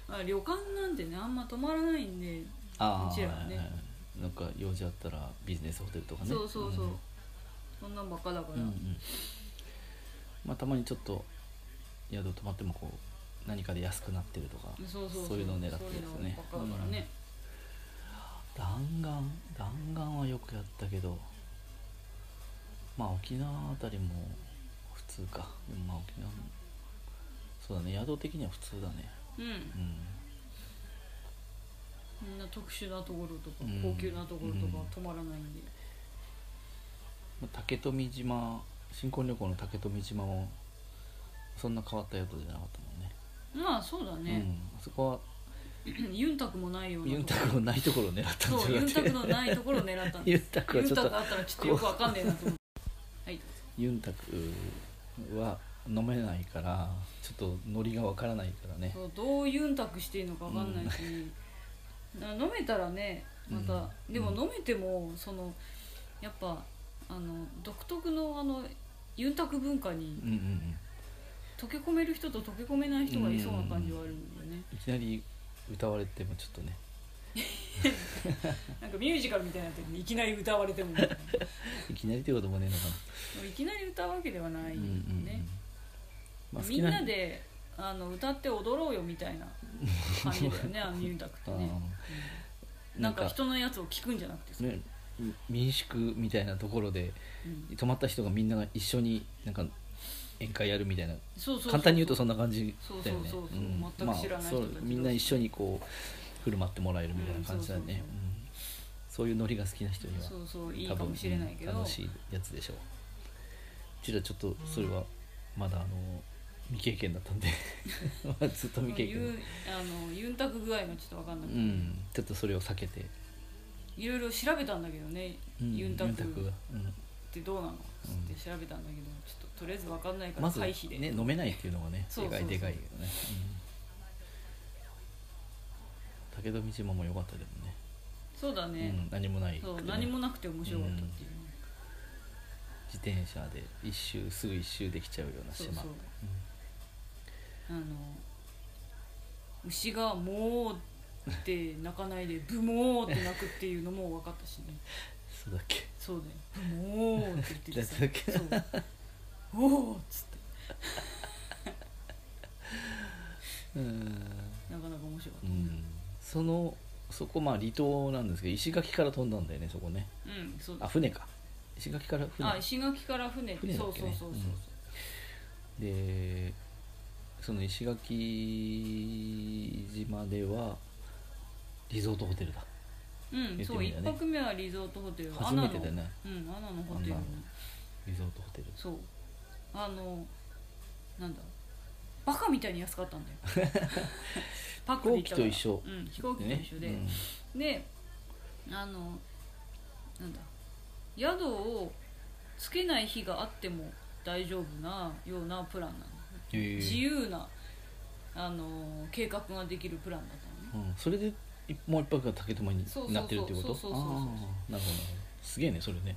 [SPEAKER 2] まあ旅館なんてねあんま泊まらないんで、
[SPEAKER 1] うん、あ
[SPEAKER 2] う
[SPEAKER 1] あ、
[SPEAKER 2] ちらはね
[SPEAKER 1] はいはいなんか用事あったらビジネスホテルとかね
[SPEAKER 2] そうそうそう、
[SPEAKER 1] ん
[SPEAKER 2] そんなんばっかだから、
[SPEAKER 1] うんうんまあ、たまにちょっと宿泊まってもこう何かで安くなってるとか
[SPEAKER 2] そうそう
[SPEAKER 1] そういうのを狙ってですよね
[SPEAKER 2] そういうのばっかだからね、
[SPEAKER 1] 弾丸弾丸はよくやったけどまあ沖縄あたりも普通かでもまあ沖縄もそうだね宿的には普通だね
[SPEAKER 2] うん
[SPEAKER 1] うん
[SPEAKER 2] みんな特殊なところとか、
[SPEAKER 1] うん
[SPEAKER 2] 高級なところとか
[SPEAKER 1] うん
[SPEAKER 2] 泊まらないんで、
[SPEAKER 1] まあ竹富島新婚旅行の竹富島もそんな変わった宿じゃなかったもんね
[SPEAKER 2] まあそうだね、
[SPEAKER 1] うん、あそこは
[SPEAKER 2] ユンタクもないような
[SPEAKER 1] ユン
[SPEAKER 2] と
[SPEAKER 1] タ
[SPEAKER 2] こ
[SPEAKER 1] クのないところを狙ったん
[SPEAKER 2] そう
[SPEAKER 1] じゃ
[SPEAKER 2] ユ
[SPEAKER 1] な
[SPEAKER 2] ンタ
[SPEAKER 1] く
[SPEAKER 2] ク
[SPEAKER 1] て
[SPEAKER 2] のないところを狙ったん
[SPEAKER 1] (laughs)
[SPEAKER 2] で
[SPEAKER 1] ユ
[SPEAKER 2] す
[SPEAKER 1] ンタク
[SPEAKER 2] ユ
[SPEAKER 1] は
[SPEAKER 2] ン
[SPEAKER 1] ちょ
[SPEAKER 2] タ
[SPEAKER 1] っ
[SPEAKER 2] ク
[SPEAKER 1] と
[SPEAKER 2] あったらちょっとよくわかんねえなと思うはい
[SPEAKER 1] ユンタクは飲めないからちょっとノリがわからないからね
[SPEAKER 2] そうどうユンタクしていいのかわかんないし、な飲めたらねまた、
[SPEAKER 1] うん
[SPEAKER 2] でも
[SPEAKER 1] うん
[SPEAKER 2] 飲めてもそのやっぱあの独特のあのユンタク文化に
[SPEAKER 1] うんうんうん
[SPEAKER 2] 溶け込める人と溶け込めない人がいそうな感じはあるんだよね、
[SPEAKER 1] いきなり歌われてもちょっとね
[SPEAKER 2] なんかミュージカルみたいな時にいきなり歌われて
[SPEAKER 1] (laughs)
[SPEAKER 2] もみたいない
[SPEAKER 1] きなりということもねえのか
[SPEAKER 2] いきなり歌うわけではな
[SPEAKER 1] な、
[SPEAKER 2] いよ
[SPEAKER 1] うんうんうん
[SPEAKER 2] ね、
[SPEAKER 1] まあ、好
[SPEAKER 2] み
[SPEAKER 1] き
[SPEAKER 2] ん
[SPEAKER 1] な
[SPEAKER 2] なであの歌って踊ろうよみた
[SPEAKER 1] (laughs)
[SPEAKER 2] いな感じだよねあのユンタクってね、う
[SPEAKER 1] うんん
[SPEAKER 2] な
[SPEAKER 1] なんん
[SPEAKER 2] か
[SPEAKER 1] か
[SPEAKER 2] 人のやつを聞くんじゃなくてさ、
[SPEAKER 1] ね民宿みたいなところで
[SPEAKER 2] うん
[SPEAKER 1] 泊まった人がみんなが一緒になんか宴会やるみたいな
[SPEAKER 2] そうそうそう
[SPEAKER 1] 簡単に言うとそんな感じだよね
[SPEAKER 2] そうそうそうそう
[SPEAKER 1] うん
[SPEAKER 2] 全く知らない人たち
[SPEAKER 1] まあそうみんな一緒にこう振る舞ってもらえるみたいな感じだよね、
[SPEAKER 2] うん
[SPEAKER 1] うんそういうノリが好きな人には
[SPEAKER 2] そうそういい
[SPEAKER 1] 多
[SPEAKER 2] か
[SPEAKER 1] 分
[SPEAKER 2] もしれないけど
[SPEAKER 1] うん楽しいやつでしょうちらちょっとそれはまだあの未経験だ
[SPEAKER 2] (laughs)
[SPEAKER 1] ったんでまあずっと未経
[SPEAKER 2] ユ
[SPEAKER 1] 験
[SPEAKER 2] ンあのユンタク具合がちょっと分かんな
[SPEAKER 1] う
[SPEAKER 2] くて、
[SPEAKER 1] んちょっとそれを避けて、
[SPEAKER 2] いろいろ調べたんだけどね
[SPEAKER 1] うん、
[SPEAKER 2] ユンタク
[SPEAKER 1] が、うん、
[SPEAKER 2] ってどうなのっつって調べたんだけどちょっととりあえず分かんないか
[SPEAKER 1] ま
[SPEAKER 2] ら
[SPEAKER 1] ず、
[SPEAKER 2] 回避で、
[SPEAKER 1] ね、飲めないっていうのがね
[SPEAKER 2] そうそうそう
[SPEAKER 1] でかいでかいよね、うん、武田道馬も良かったけどね
[SPEAKER 2] そうだね、
[SPEAKER 1] うん、何もないくて
[SPEAKER 2] そう
[SPEAKER 1] ね
[SPEAKER 2] 何もなくて面白かったっていう、
[SPEAKER 1] 自転車で一周すぐ一周できちゃうような
[SPEAKER 2] そう
[SPEAKER 1] 島
[SPEAKER 2] そうあの牛が「もう」って泣かないで「ブモー」って泣くっていうのも分かったしね
[SPEAKER 1] うんそうだっけ
[SPEAKER 2] そうだよ「ブモー」って
[SPEAKER 1] (laughs)
[SPEAKER 2] 言ってきた
[SPEAKER 1] だ
[SPEAKER 2] そう「おお」っつって
[SPEAKER 1] うん
[SPEAKER 2] なかなか面白かっ
[SPEAKER 1] う
[SPEAKER 2] たね
[SPEAKER 1] んそのそこまあ離島なんですけど石垣から飛んだんだよねそこね
[SPEAKER 2] うん、そう
[SPEAKER 1] あ
[SPEAKER 2] だ
[SPEAKER 1] 船か石垣から船
[SPEAKER 2] あ石垣から船
[SPEAKER 1] 船だ
[SPEAKER 2] そ
[SPEAKER 1] っ
[SPEAKER 2] う
[SPEAKER 1] け
[SPEAKER 2] そう
[SPEAKER 1] ね
[SPEAKER 2] そうそう
[SPEAKER 1] でその石垣島ではリゾートホテルだ
[SPEAKER 2] う
[SPEAKER 1] 言
[SPEAKER 2] ん、
[SPEAKER 1] って
[SPEAKER 2] そ
[SPEAKER 1] み
[SPEAKER 2] う
[SPEAKER 1] りゃ
[SPEAKER 2] 一
[SPEAKER 1] ね
[SPEAKER 2] 泊目はリゾートホテル
[SPEAKER 1] 初めてだよね
[SPEAKER 2] アナのうんアナのホテルに
[SPEAKER 1] アナのリゾートホテル
[SPEAKER 2] そうあのなんだバカみたいに安かったんだよ
[SPEAKER 1] (laughs)
[SPEAKER 2] パックで行
[SPEAKER 1] 飛
[SPEAKER 2] ったから
[SPEAKER 1] 行機と一緒
[SPEAKER 2] うん、飛行機と一緒で、
[SPEAKER 1] ね
[SPEAKER 2] であのなんだ宿をつけない日があっても大丈夫なようなプランなの、
[SPEAKER 1] うんへえ
[SPEAKER 2] 自由なあの計画ができるプランだったのね
[SPEAKER 1] うん、それでいもう一泊が竹島に
[SPEAKER 2] そうそうそう
[SPEAKER 1] なってるってこと
[SPEAKER 2] そうそうそうそう
[SPEAKER 1] あーなるほどなるほどすげえねそれね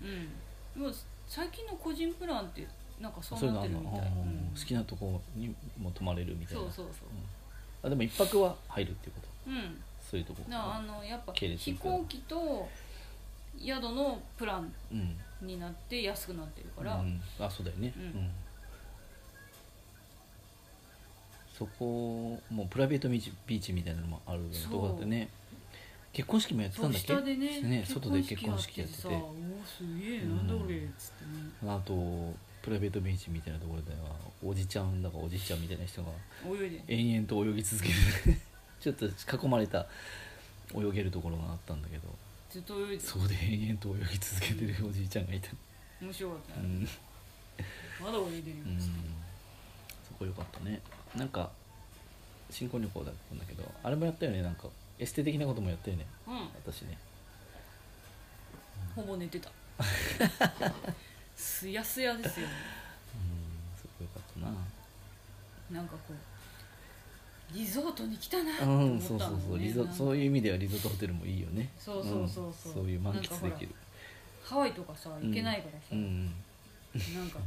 [SPEAKER 2] うん、もう最近の個人プランってなんかそ
[SPEAKER 1] そう
[SPEAKER 2] う
[SPEAKER 1] いう
[SPEAKER 2] な
[SPEAKER 1] の
[SPEAKER 2] っ
[SPEAKER 1] あんの
[SPEAKER 2] てるみ
[SPEAKER 1] あ
[SPEAKER 2] たい、うん
[SPEAKER 1] ー好きなとこにも泊まれるみたい
[SPEAKER 2] そ
[SPEAKER 1] な
[SPEAKER 2] うそう
[SPEAKER 1] うんあでも一泊は入るってこと
[SPEAKER 2] そううん
[SPEAKER 1] そういうとこ
[SPEAKER 2] なあのやっぱ
[SPEAKER 1] 系列
[SPEAKER 2] 飛
[SPEAKER 1] のプラン
[SPEAKER 2] 行機と宿のプラン
[SPEAKER 1] うん
[SPEAKER 2] になって安くなってるから、
[SPEAKER 1] うん、あそうだよね、
[SPEAKER 2] うん
[SPEAKER 1] そこもうプライベートビーチビーチみたいなのもある
[SPEAKER 2] そう
[SPEAKER 1] とこだったよね結婚式もやってた
[SPEAKER 2] そ
[SPEAKER 1] ん
[SPEAKER 2] う
[SPEAKER 1] だっけ
[SPEAKER 2] 下でね
[SPEAKER 1] 外で結婚式やってて
[SPEAKER 2] さおおすげえなんだこれっつってね、
[SPEAKER 1] あとプライベートビーチみたいなところではおじちゃんだかおじいちゃんみたいな人が
[SPEAKER 2] 泳いで
[SPEAKER 1] 延々と泳ぎ続ける (laughs) ちょっと囲まれた泳げるところがあったんだけど
[SPEAKER 2] ずっと泳いで
[SPEAKER 1] そこで延々と泳ぎ続けてるおじいちゃんがいた、
[SPEAKER 2] 面白かった
[SPEAKER 1] う
[SPEAKER 2] ね、
[SPEAKER 1] ん
[SPEAKER 2] まだ泳いでるよ、
[SPEAKER 1] うんそこ良かったねなんか新婚旅行だったんだけどあれもやったよねなんかエステ的なこともやったよね
[SPEAKER 2] うん
[SPEAKER 1] 私ね
[SPEAKER 2] ほぼ寝
[SPEAKER 1] (laughs)
[SPEAKER 2] てたすやすやですよ
[SPEAKER 1] うんすごい良かったな
[SPEAKER 2] なんかこうリゾートに来たなって
[SPEAKER 1] う
[SPEAKER 2] 思
[SPEAKER 1] ん
[SPEAKER 2] った
[SPEAKER 1] そ
[SPEAKER 2] の
[SPEAKER 1] うそうそう
[SPEAKER 2] ね
[SPEAKER 1] リゾ
[SPEAKER 2] なんか
[SPEAKER 1] そういう意味ではリゾートホテルもいいよね
[SPEAKER 2] そうそうそうそうん
[SPEAKER 1] そういう満喫できる
[SPEAKER 2] ハワイとかさ行けないからさ、
[SPEAKER 1] うんうん
[SPEAKER 2] なんか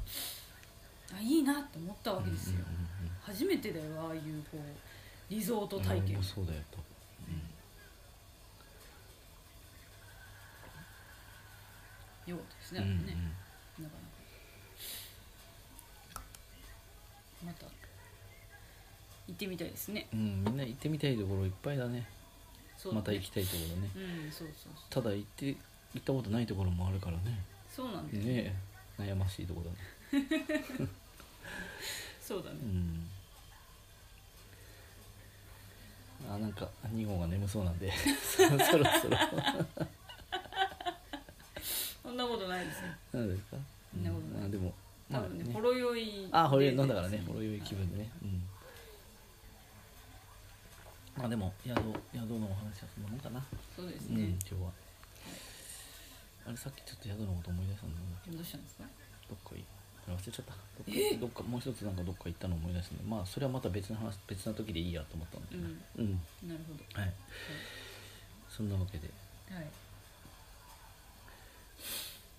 [SPEAKER 2] あいいなって思ったわけです
[SPEAKER 1] う
[SPEAKER 2] よ、
[SPEAKER 1] ん
[SPEAKER 2] 初めてだよああいうこうリゾート
[SPEAKER 1] うんうん
[SPEAKER 2] 体験
[SPEAKER 1] うんそうだよと
[SPEAKER 2] よかったです
[SPEAKER 1] う
[SPEAKER 2] ね、
[SPEAKER 1] ん
[SPEAKER 2] ねなかなかまた行ってみたいですね
[SPEAKER 1] うんうんみんな行ってみたいところいっぱいだね
[SPEAKER 2] そう
[SPEAKER 1] また行
[SPEAKER 2] き
[SPEAKER 1] きたいところね
[SPEAKER 2] うんそうそう
[SPEAKER 1] た
[SPEAKER 2] そ
[SPEAKER 1] だ行って行ったことないところもあるからね
[SPEAKER 2] うそうなんだよ
[SPEAKER 1] ねえ悩ましいところだね
[SPEAKER 2] そうだね
[SPEAKER 1] うんあなんか2号が眠そうなんでそろそろ
[SPEAKER 2] そんなことないですね
[SPEAKER 1] 何ですか、
[SPEAKER 2] そんなことない
[SPEAKER 1] あでも
[SPEAKER 2] 多
[SPEAKER 1] まあ
[SPEAKER 2] 分ね
[SPEAKER 1] ね
[SPEAKER 2] ほろ酔い
[SPEAKER 1] あほろ酔い
[SPEAKER 2] で
[SPEAKER 1] 飲んだからねほろ酔い気分でね、うんまあでも宿宿のお話はそんなもんかな、
[SPEAKER 2] そうです
[SPEAKER 1] うん
[SPEAKER 2] ね
[SPEAKER 1] 今、日はあれさっきちょっと宿のこと思い出したんだけど
[SPEAKER 2] どうしたんですか
[SPEAKER 1] どっかいあれ忘れちゃったどっかどっかもう一つなんかどっか行ったの思い出したんでまあそれはまた別の話別な時でいいやと思ったんだ
[SPEAKER 2] う
[SPEAKER 1] けど
[SPEAKER 2] ん
[SPEAKER 1] うん
[SPEAKER 2] なるほど
[SPEAKER 1] はい、そんなわけで
[SPEAKER 2] はい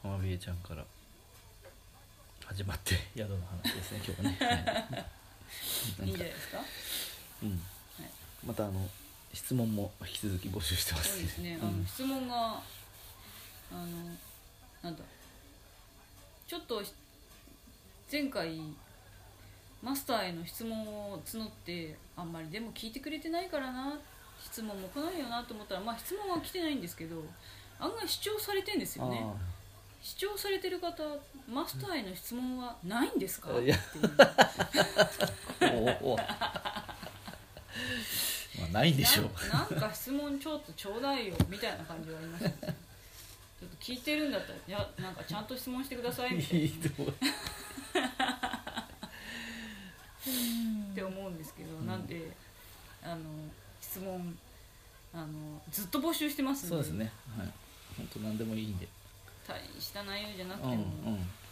[SPEAKER 1] 浜辺ちゃんから始まって宿の話ですね今
[SPEAKER 2] (laughs)
[SPEAKER 1] 日はね、はい
[SPEAKER 2] い
[SPEAKER 1] ない
[SPEAKER 2] ん
[SPEAKER 1] ん
[SPEAKER 2] じ
[SPEAKER 1] か
[SPEAKER 2] ゃないですかは
[SPEAKER 1] うん、
[SPEAKER 2] い
[SPEAKER 1] またあの質問も引き続き募集してます
[SPEAKER 2] そうですね、
[SPEAKER 1] う
[SPEAKER 2] あの
[SPEAKER 1] ん
[SPEAKER 2] 質問があのなんだちょっとし前回マスターへの質問を募ってあんまりでも聞いてくれてないからな質問も来ないよなと思ったらまあ質問は来てないんですけど案外視聴されてんですよね視聴されてる方マスターへの質問はないんですか、
[SPEAKER 1] うん
[SPEAKER 2] っ
[SPEAKER 1] い
[SPEAKER 2] てい
[SPEAKER 1] や
[SPEAKER 2] う
[SPEAKER 1] あーおおお
[SPEAKER 2] (laughs)
[SPEAKER 1] まあないでしょう
[SPEAKER 2] ななんか質問ちょっとちょうだいよみたいな感じはありましたねちょっと聞いてるんだったらいやなんかちゃんと質問してくださいみたいな
[SPEAKER 1] ひどい
[SPEAKER 2] って思うんですけど、
[SPEAKER 1] ん
[SPEAKER 2] なんであの質問あのずっと募集してますん
[SPEAKER 1] そうですねはい本当何でもいいんで
[SPEAKER 2] 大した内容じゃなくて
[SPEAKER 1] うん
[SPEAKER 2] も、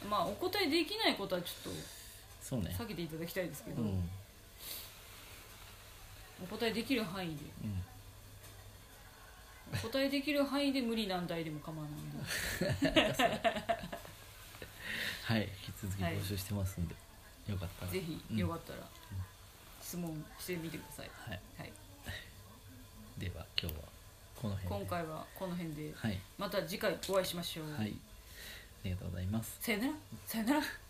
[SPEAKER 1] うん
[SPEAKER 2] まあお答えできないことはちょっ
[SPEAKER 1] そうね
[SPEAKER 2] と避けていただきたいですけ
[SPEAKER 1] う
[SPEAKER 2] ど、
[SPEAKER 1] んうん
[SPEAKER 2] お答えできる範囲でお答えできる範囲で無理難題でも構わないんで
[SPEAKER 1] はい引き続き募集してますんでよかったら
[SPEAKER 2] ぜ
[SPEAKER 1] うん
[SPEAKER 2] ひよかったら質問してみてください、
[SPEAKER 1] はい
[SPEAKER 2] はい、
[SPEAKER 1] では今日はこの辺
[SPEAKER 2] 今
[SPEAKER 1] で
[SPEAKER 2] 回はこの辺で
[SPEAKER 1] はい
[SPEAKER 2] また次回お会いしましょう、
[SPEAKER 1] はいありがとうございます
[SPEAKER 2] さよならさよなら